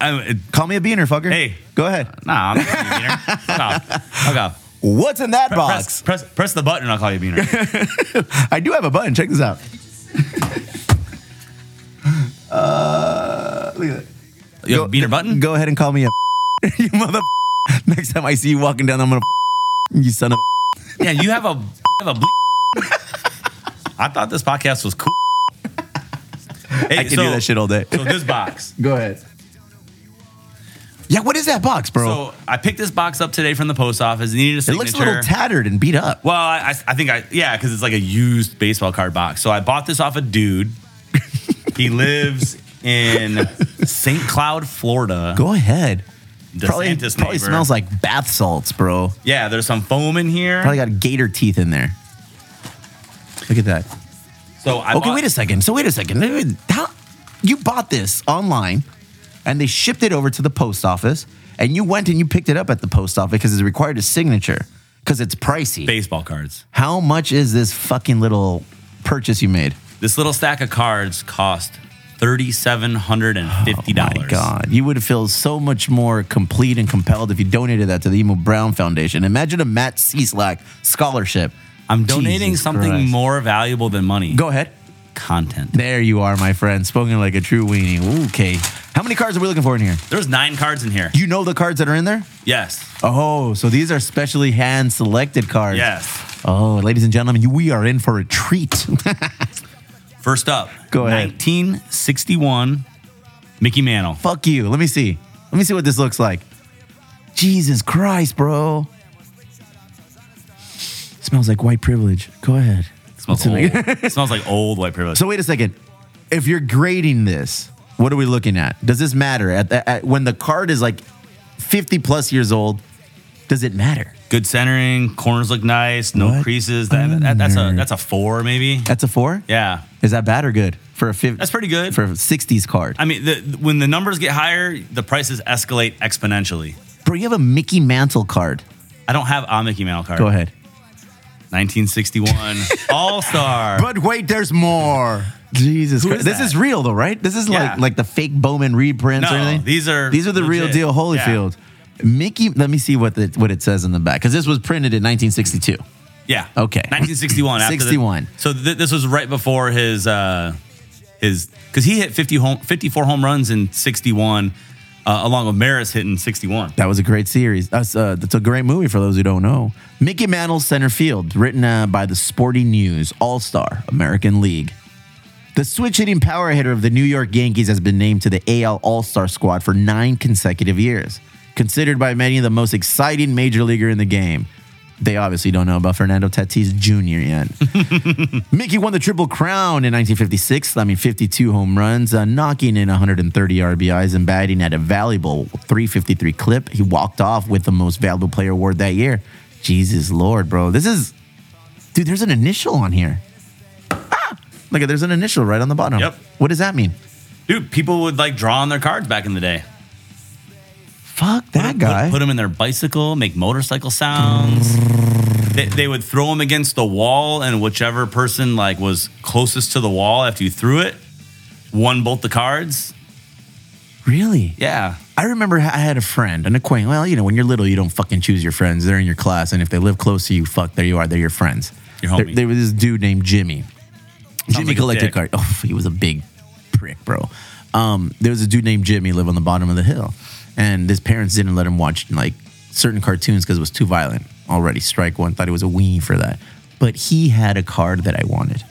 Speaker 4: I,
Speaker 3: Call me a beaner, fucker.
Speaker 4: Hey.
Speaker 3: go ahead.
Speaker 4: Nah, I'm not calling you Beaner. Fuck off. Fuck off.
Speaker 3: What's in that
Speaker 4: Press,
Speaker 3: box?
Speaker 4: press, press the button and I'll call you Beaner.
Speaker 3: I do have a button. Check this out. uh, look at that.
Speaker 4: You have a Beaner button?
Speaker 3: Go ahead and call me a you mother. Next time I see you walking down, I'm gonna you son of. a-
Speaker 4: Yeah, you have a, you have a ble- I thought this podcast was cool. Hey,
Speaker 3: I can do that shit all day.
Speaker 4: So this box,
Speaker 3: Go ahead. Yeah, what is that box, bro?
Speaker 4: So I picked this box up today from the post office. It needed a
Speaker 3: it looks
Speaker 4: signature.
Speaker 3: a little tattered and beat up.
Speaker 4: Well, I, I think I yeah, because it's like a used baseball card box. So I bought this off a dude. he lives in St. Cloud, Florida.
Speaker 3: Go ahead. Probably,
Speaker 4: DeSantis
Speaker 3: probably
Speaker 4: neighbor.
Speaker 3: smells like bath salts, bro.
Speaker 4: Yeah, there's some foam in here.
Speaker 3: Probably got gator teeth in there. Look at that.
Speaker 4: so I
Speaker 3: okay,
Speaker 4: bought-
Speaker 3: wait a second. So wait a second. Wait, wait, How you bought this online, and they shipped it over to the post office, and you went and you picked it up at the post office because it's required a signature because it's pricey.
Speaker 4: baseball cards.
Speaker 3: How much is this fucking little purchase you made? Oh
Speaker 4: This little stack of cards cost thirty seven hundred and fifty
Speaker 3: Oh My
Speaker 4: dollars.
Speaker 3: God, you would feel so much more complete and compelled if you donated that to the Emo Brown Foundation. Imagine a Matt Cieslak scholarship.
Speaker 4: I'm donating
Speaker 3: Jesus
Speaker 4: something
Speaker 3: Christ.
Speaker 4: more valuable than money.
Speaker 3: Go ahead.
Speaker 4: Content.
Speaker 3: There you are, my friend. Spoken like a true weenie. Ooh, Okay. How many cards are we looking for in here?
Speaker 4: There's nine cards in here.
Speaker 3: You know the cards that are in there?
Speaker 4: Yes.
Speaker 3: Oh, so these are specially hand selected cards.
Speaker 4: Yes.
Speaker 3: Oh, ladies and gentlemen, you, we are in for a treat.
Speaker 4: First up.
Speaker 3: Go ahead.
Speaker 4: 1961 Mickey Mantle.
Speaker 3: Fuck you. Let me see. Let me see what this looks like. Jesus Christ, bro. Smells like white privilege. Go ahead. What's
Speaker 4: Smells
Speaker 3: in
Speaker 4: old.
Speaker 3: there?
Speaker 4: smells like old white privilege.
Speaker 3: So wait a second. If you're grading this, what are we looking at? Does this matter at, the, at when the card is like 50 plus years old? Does it matter?
Speaker 4: Good centering, corners look nice, no
Speaker 3: What
Speaker 4: creases.
Speaker 3: a
Speaker 4: That, that- that's a
Speaker 3: nerd.
Speaker 4: that's a four maybe.
Speaker 3: That's a four.
Speaker 4: Yeah,
Speaker 3: Is that bad or good for a fifth?
Speaker 4: that's pretty good.
Speaker 3: for a 60s card.
Speaker 4: I mean, the, when the numbers get higher, the prices escalate exponentially.
Speaker 3: Bro, you have a Mickey Mantle card.
Speaker 4: I don't have a Mickey Mantle card.
Speaker 3: Go ahead.
Speaker 4: 1961 All Star.
Speaker 3: But wait, there's more. Jesus
Speaker 4: Who
Speaker 3: Christ.
Speaker 4: is
Speaker 3: This
Speaker 4: that?
Speaker 3: is real though, right? This is
Speaker 4: Yeah.
Speaker 3: like like the fake Bowman reprints
Speaker 4: No,
Speaker 3: or anything.
Speaker 4: these are
Speaker 3: These are the real
Speaker 4: legit.
Speaker 3: deal
Speaker 4: Yeah.
Speaker 3: Holyfield. Mickey, let me see what the, what it says in the back cuz this was printed in 1962.
Speaker 4: Yeah.
Speaker 3: Okay.
Speaker 4: 1961. after the-
Speaker 3: 61.
Speaker 4: so th- this was right before his uh his because he hit 50 home 54 home runs in 61, uh, along with Maris hitting 61.
Speaker 3: That was a great series. That's, uh, that's a great movie for those who don't know. Mickey Mantle Center Field, written uh, by the Sporting News All Star American League. The switch hitting power hitter of the New York Yankees has been named to the AL All Star squad for nine consecutive years. Considered by many the most exciting major leaguer in the game. They obviously don't know about Fernando Tatis Jr. yet. Mickey won the Triple Crown in 1956. I mean, 52 home runs, uh, knocking in 130 RBIs and batting at a valuable 353 clip. He walked off with the most valuable player award that year. Jesus Lord, bro. This is, dude, there's an initial on here. Ah, look, there's an initial right on the bottom.
Speaker 4: Yep.
Speaker 3: What does that mean?
Speaker 4: Dude, people would like draw on their cards back in the day.
Speaker 3: Fuck that
Speaker 4: Put-
Speaker 3: guy.
Speaker 4: Put, them in their bicycle, make motorcycle sounds. they, they would throw them against the wall, and whichever person like was closest to the wall after you threw it, won both the cards.
Speaker 3: really?
Speaker 4: Yeah.
Speaker 3: I remember I had a friend, an acquaintance. Well, you know, when you're little, you don't fucking choose your friends. They're in your class, and if they live close to you, fuck, there you are. They're your friends.
Speaker 4: Your homie.
Speaker 3: There, there was this dude named Jimmy. Jimmy
Speaker 4: like a
Speaker 3: collected
Speaker 4: dick.
Speaker 3: cards. Oh, he was a big prick, bro. Um, there was a dude named Jimmy lived on the bottom of the hill, and his parents didn't let him watch like certain cartoons because it was too violent. Already, strike one thought it was a weenie for that, but he had a card that I wanted.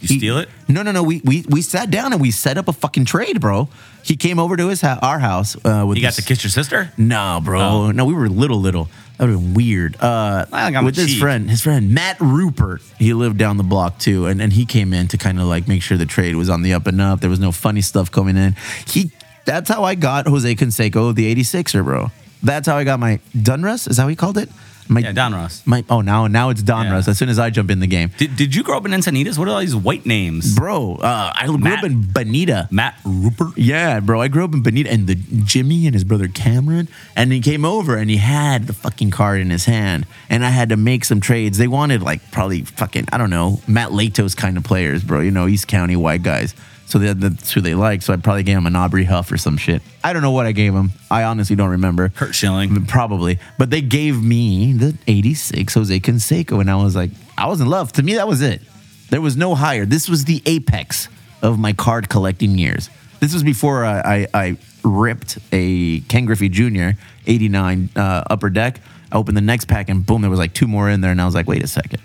Speaker 4: You
Speaker 3: He-
Speaker 4: steal it?
Speaker 3: No, no, no. We, we we sat down and we set up a fucking trade, bro. He came over to his ho- our house uh, with
Speaker 4: You got
Speaker 3: this-
Speaker 4: to kiss your sister?
Speaker 3: no, bro.
Speaker 4: Oh.
Speaker 3: No, we were little, little. That would have been weird. Uh,
Speaker 4: I think I'm
Speaker 3: with
Speaker 4: a
Speaker 3: his
Speaker 4: cheat.
Speaker 3: friend, his friend Matt Rupert, he lived down the block too, and and he came in to kind of like make sure the trade was on the up and up. There was no funny stuff coming in. He, that's how I got Jose Canseco, the 86er, bro. That's how I got my Dunruss. Is that how he called it? My,
Speaker 4: Yeah, Donruss.
Speaker 3: My oh now now it's Donruss.
Speaker 4: Yeah.
Speaker 3: As soon as I jump in the game,
Speaker 4: Did, did you grow up in Encinitas? What are all these white names?
Speaker 3: bro. Uh, I grew up
Speaker 4: Matt.
Speaker 3: in Bonita.
Speaker 4: Matt Rupert.
Speaker 3: Yeah, bro. I grew up in Benita, and the Jimmy and his brother Cameron, and he came over and he had the fucking card in his hand, and I had to make some trades. They wanted like probably fucking I don't know Matt Latos kind of players, bro. You know East County white guys. So that- that's who they like. So I probably gave him an Aubrey Huff or some shit. I don't know what I gave him. I honestly don't remember.
Speaker 4: Kurt Schilling.
Speaker 3: Probably. But they gave me the 86 Jose Canseco, and I was like, I was in love. To me, that was it. There was no higher. This was the apex of my card collecting years. This was before I, I, I ripped a Ken Griffey Jr. 89 uh, upper deck. I opened the next pack, and boom, there was like two more in there, and I was like, wait a second.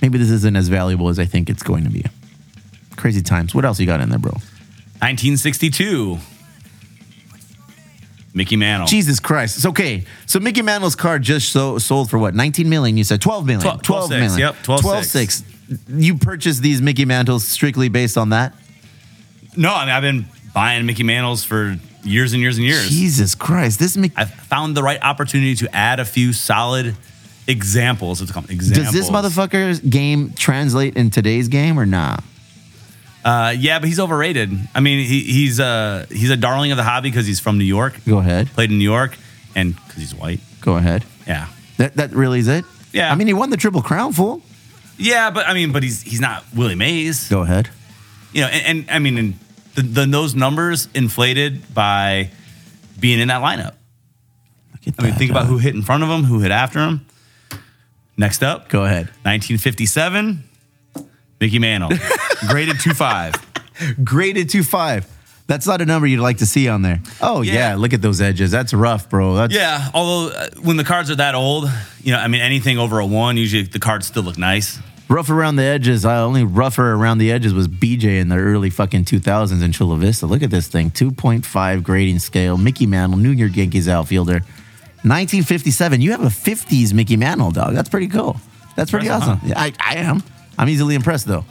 Speaker 3: Maybe this isn't as valuable as I think it's going to be. Crazy times. What else you got in there, bro?
Speaker 4: 1962. Mickey Mantle.
Speaker 3: Jesus Christ. It's okay. So Mickey Mantle's car just so, sold for what? 19 million, you said? 12 million.
Speaker 4: Twelve-
Speaker 3: 12,
Speaker 4: twelve six,
Speaker 3: million.
Speaker 4: yep, twelve
Speaker 3: 12
Speaker 4: six.
Speaker 3: six. You purchased these Mickey Mantles strictly based on that?
Speaker 4: No, I mean I've been buying Mickey Mantles for years and years and years.
Speaker 3: Jesus Christ. This Mickey.
Speaker 4: I found the right opportunity to add a few solid examples. It's called examples.
Speaker 3: Does this motherfucker's game translate in today's game or not?
Speaker 4: Uh, yeah, but he's overrated. I mean, he, he's uh, he's a darling of the hobby because he's from New York,
Speaker 3: Go ahead.
Speaker 4: played in New York, and because he's white.
Speaker 3: Go ahead.
Speaker 4: Yeah,
Speaker 3: That, that really is it?
Speaker 4: Yeah.
Speaker 3: I mean, he won the Triple Crown, fool.
Speaker 4: yeah, but I mean, but he's he's not Willie Mays.
Speaker 3: Go ahead.
Speaker 4: you know, and, and I mean, and the, the, those numbers inflated by being in that lineup. I mean, think about who hit in front of him, who hit after him. Next up,
Speaker 3: Go ahead.
Speaker 4: 1957, Mickey Mantle, graded 2.5.
Speaker 3: Graded 2 5. That's not a number you'd like to see on there. Oh, yeah.
Speaker 4: Yeah.
Speaker 3: Look at those edges. That's rough, bro. That's,
Speaker 4: Yeah, although uh, when the cards are that old, you know, I mean, anything over a one, usually the cards still look nice.
Speaker 3: rough around the edges. I only rougher around the edges was BJ in the early fucking 2000s in Chula Vista. Look at this thing 2.5 grading scale. Mickey Mantle, New York Yankees outfielder. 1957. You have a 50s Mickey Mantle, dog. That's pretty cool. That's pretty
Speaker 4: Impressive,
Speaker 3: awesome. Yeah, I, I am. I'm easily impressed, though.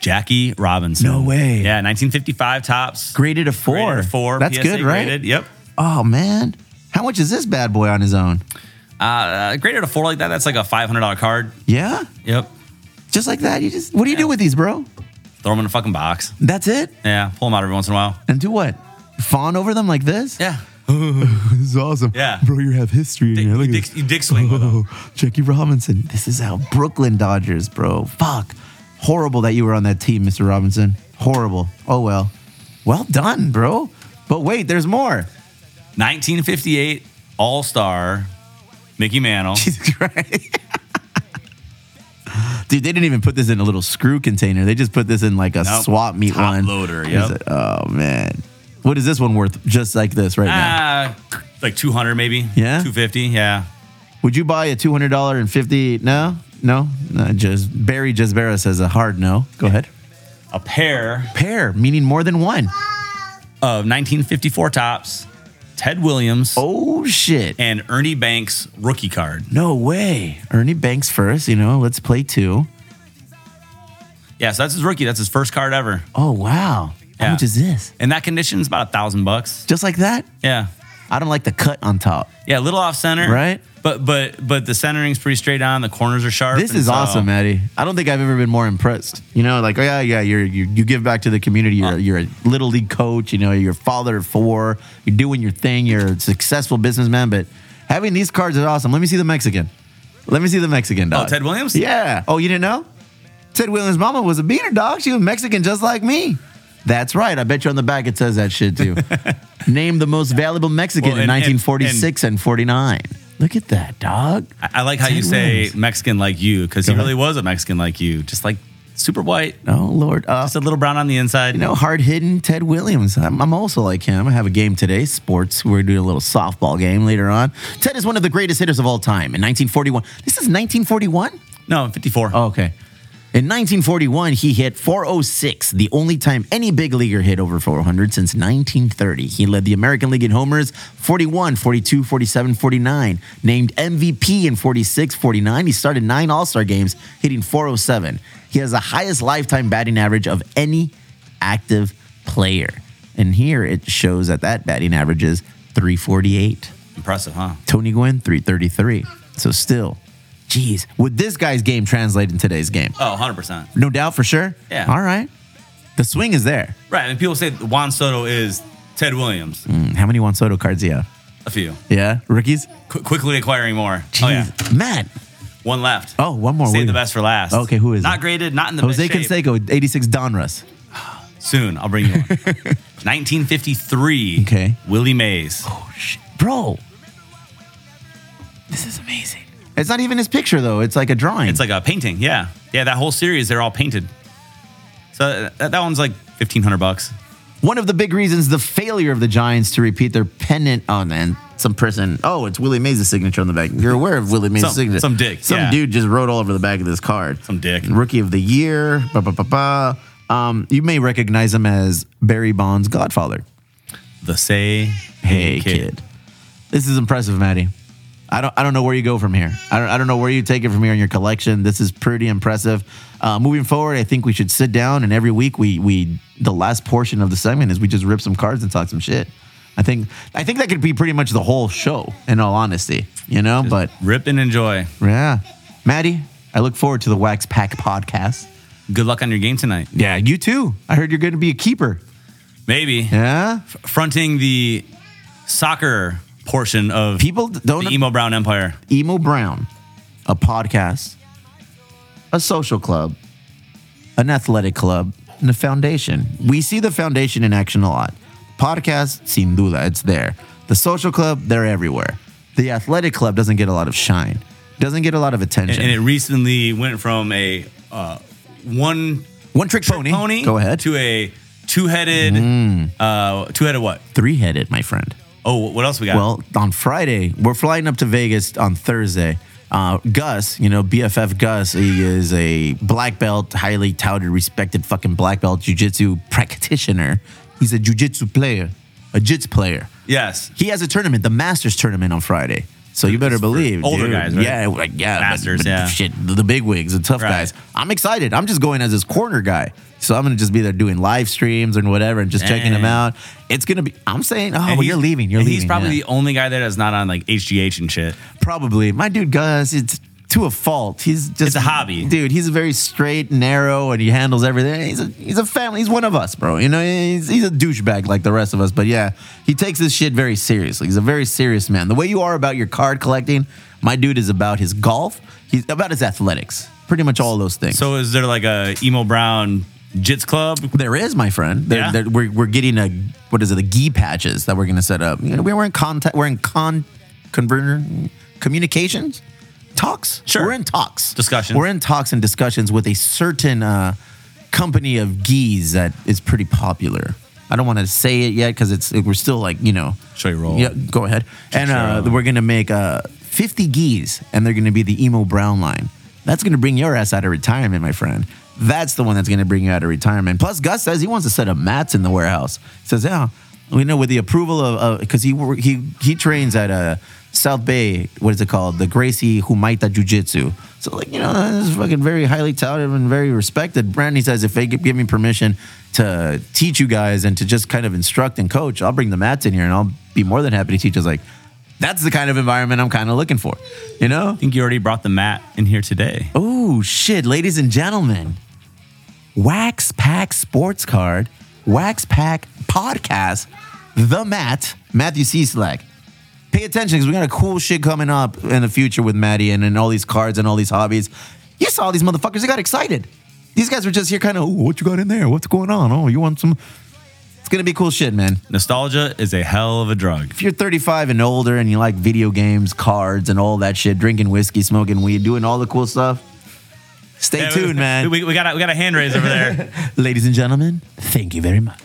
Speaker 4: Jackie Robinson.
Speaker 3: No way.
Speaker 4: Yeah, 1955 tops.
Speaker 3: Graded a four.
Speaker 4: Graded a four.
Speaker 3: That's
Speaker 4: PSA
Speaker 3: good, right?
Speaker 4: graded. Yep.
Speaker 3: Oh, man. How much is this bad boy on his own?
Speaker 4: Uh, uh, graded a four like that, that's like a $500 card.
Speaker 3: Yeah?
Speaker 4: Yep.
Speaker 3: Just like that? You just, what do you do with these, bro?
Speaker 4: Throw them in a fucking box.
Speaker 3: That's it?
Speaker 4: Yeah, pull them out every once in a while.
Speaker 3: And do what? Fawn over them like this?
Speaker 4: Yeah.
Speaker 3: This is awesome.
Speaker 4: Yeah.
Speaker 3: Bro, you have history in
Speaker 4: Dick,
Speaker 3: here. Look
Speaker 4: you,
Speaker 3: at
Speaker 4: dick,
Speaker 3: this.
Speaker 4: you dick swing with 'em.
Speaker 3: Oh, Jackie Robinson. This is how Brooklyn Dodgers, bro. Fuck. Horrible that you were on that team, Mr. Robinson. Horrible. Oh, well. Well done, bro. But wait, there's more.
Speaker 4: 1958 All Star Mickey Mantle.
Speaker 3: Jesus Christ. Dude, they didn't even put this in a little screw container. They just put this in like a
Speaker 4: Nope.
Speaker 3: swap meet
Speaker 4: Top
Speaker 3: one.
Speaker 4: loader,
Speaker 3: Is
Speaker 4: yep.
Speaker 3: it- Oh, man. What is this one worth just like this right now?
Speaker 4: Ah, like 200 maybe.
Speaker 3: Yeah?
Speaker 4: 250. Yeah.
Speaker 3: Would you buy a two hundred dollar and fifty? No, no, no. Just Barry Jesbera says a hard no. Go ahead.
Speaker 4: A pair
Speaker 3: Pair meaning more than one.
Speaker 4: of 1954 tops, Ted Williams
Speaker 3: Oh shit!
Speaker 4: and Ernie Banks rookie card.
Speaker 3: No way. Ernie Banks first. You know, let's play two.
Speaker 4: Yeah, so that's his rookie. That's his first card ever.
Speaker 3: Oh wow! How
Speaker 4: Yeah.
Speaker 3: much is this?
Speaker 4: In that condition, it's about a thousand bucks.
Speaker 3: Just like that?
Speaker 4: Yeah.
Speaker 3: I don't like the cut on top.
Speaker 4: Yeah, a little off center.
Speaker 3: Right.
Speaker 4: But but but the centering's pretty straight on. The corners are sharp.
Speaker 3: This
Speaker 4: and
Speaker 3: is
Speaker 4: so-
Speaker 3: awesome, Eddie. I don't think I've ever been more impressed. You know, like oh yeah, yeah. You're you, you give back to the community. You're, you're a little league coach. You know, you're a father of four. You're doing your thing. You're a successful businessman. But having these cards is awesome. Let me see the Mexican. Let me see the Mexican dog.
Speaker 4: Ted Williams?
Speaker 3: Yeah. Oh, you didn't know? Ted Williams' mama was a beater dog. She was Mexican just like me. That's right. I bet you on the back it says that shit too. Name the most valuable Mexican
Speaker 4: Well,
Speaker 3: in
Speaker 4: and- and-
Speaker 3: 1946 and 49. Look at that dog.
Speaker 4: I, I like how
Speaker 3: Ted
Speaker 4: you say
Speaker 3: Williams.
Speaker 4: Mexican like you because he
Speaker 3: Go ahead.
Speaker 4: really was a Mexican like you, just like super white,
Speaker 3: Oh Lord. Uh,
Speaker 4: just a little brown on the inside.
Speaker 3: You know, hard hitting Ted Williams. I'm, I'm also like him. I have a game today, sports. We're doing a little softball game later on. Ted is one of the greatest hitters of all time in 1941. This is 1941?
Speaker 4: no, 54.
Speaker 3: Oh, okay. In 1941, he hit 406, the only time any big leaguer hit over 400 since 1930. He led the American League in homers 41, 42, 47, 49. Named MVP in 46, 49. He started nine All Star games, hitting 407. He has the highest lifetime batting average of any active player. And here it shows that that batting average is 348.
Speaker 4: Impressive, huh?
Speaker 3: Tony Gwynn, 333. So still, geez, would this guy's game translate in today's game?
Speaker 4: Oh, 100%.
Speaker 3: No doubt for sure.
Speaker 4: Yeah.
Speaker 3: All right. The swing is there.
Speaker 4: Right. I mean, people say Juan Soto is Ted Williams.
Speaker 3: Mm, How many Juan Soto cards do you have?
Speaker 4: A few.
Speaker 3: Yeah. Rookies?
Speaker 4: Qu- quickly acquiring more. Oh, yeah.
Speaker 3: Jeez. Matt.
Speaker 4: One left.
Speaker 3: Oh, one more.
Speaker 4: Save
Speaker 3: Wait.
Speaker 4: the best for last.
Speaker 3: Okay, who is
Speaker 4: Not
Speaker 3: it?
Speaker 4: graded, not in the
Speaker 3: Jose
Speaker 4: best shape.
Speaker 3: Canseco, 86 Donruss.
Speaker 4: Soon, I'll bring you one. 1953.
Speaker 3: Okay.
Speaker 4: Willie Mays.
Speaker 3: Oh, shit. Bro. This is amazing. It's not even his picture, though. It's like a drawing.
Speaker 4: It's like a painting. Yeah. Yeah, that whole series, they're all painted. So uh, that, that one's like 1500 bucks.
Speaker 3: One of the big reasons the failure of the Giants to repeat their pennant. Oh man, some person. Oh, it's Willie Mays' signature on the back. You're aware of Willie Mays'
Speaker 4: Some-
Speaker 3: signature?
Speaker 4: some dick,
Speaker 3: Some
Speaker 4: yeah.
Speaker 3: dude just wrote all over the back of this card.
Speaker 4: Some dick.
Speaker 3: Rookie of the year. Ba ba ba ba. Um, you may recognize him as Barry Bonds' Godfather.
Speaker 4: the say
Speaker 3: Hey, kid. This is impressive, Maddie. I don't, I don't know where you go from here. I don't, I don't know where you take it from here in your collection. This is pretty impressive. Uh, moving forward, I think we should sit down and every week we, we the last portion of the segment is we just rip some cards and talk some shit. I think I think that could be pretty much the whole show in all honesty, you know. But
Speaker 4: Rip and enjoy.
Speaker 3: yeah, Maddie, I look forward to the Wax Pack podcast.
Speaker 4: Good luck on your game tonight.
Speaker 3: Yeah, you too. I heard you're going to be a keeper.
Speaker 4: Maybe
Speaker 3: Yeah,
Speaker 4: fronting the soccer portion of
Speaker 3: people don't
Speaker 4: the emo brown empire.
Speaker 3: Emo Brown, a podcast, a social club, an athletic club, and a foundation. We see the foundation in action a lot. Podcast, sin duda, it's there. The social club, they're everywhere. The athletic club doesn't get a lot of shine, doesn't get a lot of attention.
Speaker 4: And, and it recently went from a uh, one
Speaker 3: One trick, pony.
Speaker 4: pony
Speaker 3: Go ahead. Mm.
Speaker 4: to a two-headed uh two-headed what?
Speaker 3: Three headed, my friend.
Speaker 4: Oh, what else we got?
Speaker 3: Well, on Friday, we're flying up to Vegas on Thursday. Uh, Gus, you know, BFF Gus, he is a black belt, highly touted, respected fucking black belt jujitsu practitioner. He's a jujitsu player, a jits player.
Speaker 4: yes.
Speaker 3: He has a tournament, the Masters tournament on Friday. So you better believe,
Speaker 4: older
Speaker 3: dude.
Speaker 4: guys, right?
Speaker 3: Yeah, like, yeah, but-
Speaker 4: Masters,
Speaker 3: but
Speaker 4: yeah.
Speaker 3: shit, the the big wigs, the tough
Speaker 4: Right.
Speaker 3: guys. I'm excited. I'm just going as his corner guy, so I'm gonna just be there doing live streams and whatever, and just checking him
Speaker 4: Dang.
Speaker 3: out. It's gonna be. I'm saying, oh, well,
Speaker 4: he's-
Speaker 3: you're leaving. You're
Speaker 4: and
Speaker 3: leaving.
Speaker 4: He's probably
Speaker 3: yeah.
Speaker 4: the only guy that is not on like HGH and shit.
Speaker 3: Probably. My dude Gus, it's to a fault. He's just
Speaker 4: It's a hobby.
Speaker 3: Dude, he's very straight, narrow, and he handles everything. He's a he's a family. He's one of us, bro. You know, he's he's a douchebag like the rest of us. But yeah, he takes this shit very seriously. He's a very serious man. The way you are about your card collecting, my dude is about his golf. He's about his athletics. Pretty much all those things.
Speaker 4: So is there like a emo brown jits club?
Speaker 3: There is, my friend. There,
Speaker 4: Yeah?
Speaker 3: there- we're, we're getting a what is it? The gi patches that we're going to set up. You know, we're in contact. We're in con converter communications talks.
Speaker 4: Sure.
Speaker 3: we're in talks
Speaker 4: Discussions.
Speaker 3: We're in talks and discussions with a certain uh, company of gis that is pretty popular. I don't want to say it yet because it's we're still like you know.
Speaker 4: Show your roll.
Speaker 3: Yeah, go ahead. And uh,
Speaker 4: Sure.
Speaker 3: we're gonna make uh, 50 geese, and they're gonna be the emo brown line. That's gonna bring your ass out of retirement, my friend. That's the one that's gonna bring you out of retirement. Plus, Gus says he wants to set up mats in the warehouse. He says, yeah, we know with the approval of because he wor- he he trains at uh, South Bay. What is it called? The Gracie Humaita Jiu Jitsu. So like you know, this is fucking very highly touted and very respected. Brandy says if they gi- give me permission to teach you guys and to just kind of instruct and coach, I'll bring the mats in here and I'll be more than happy to teach. I was like, that's the kind of environment I'm kind of looking for, you know?
Speaker 4: I think you already brought the mat in here today.
Speaker 3: Oh, shit, ladies and gentlemen. Wax Pack Sports Card, Wax Pack Podcast, The Matt, Matthew C. Slack. Pay attention because we got a cool shit coming up in the future with Maddie and, and all these cards and all these hobbies. You saw these motherfuckers, they got excited. These guys were just here kind of, what you got in there? What's going on? Oh, you want some? It's going to be cool shit, man.
Speaker 4: Nostalgia is a hell of a drug.
Speaker 3: if you're 35 and older and you like video games, cards, and all that shit, drinking whiskey, smoking weed, doing all the cool stuff, stay tuned, man.
Speaker 4: We, we got a, we got a hand raise over there.
Speaker 3: Ladies and gentlemen, thank you very much.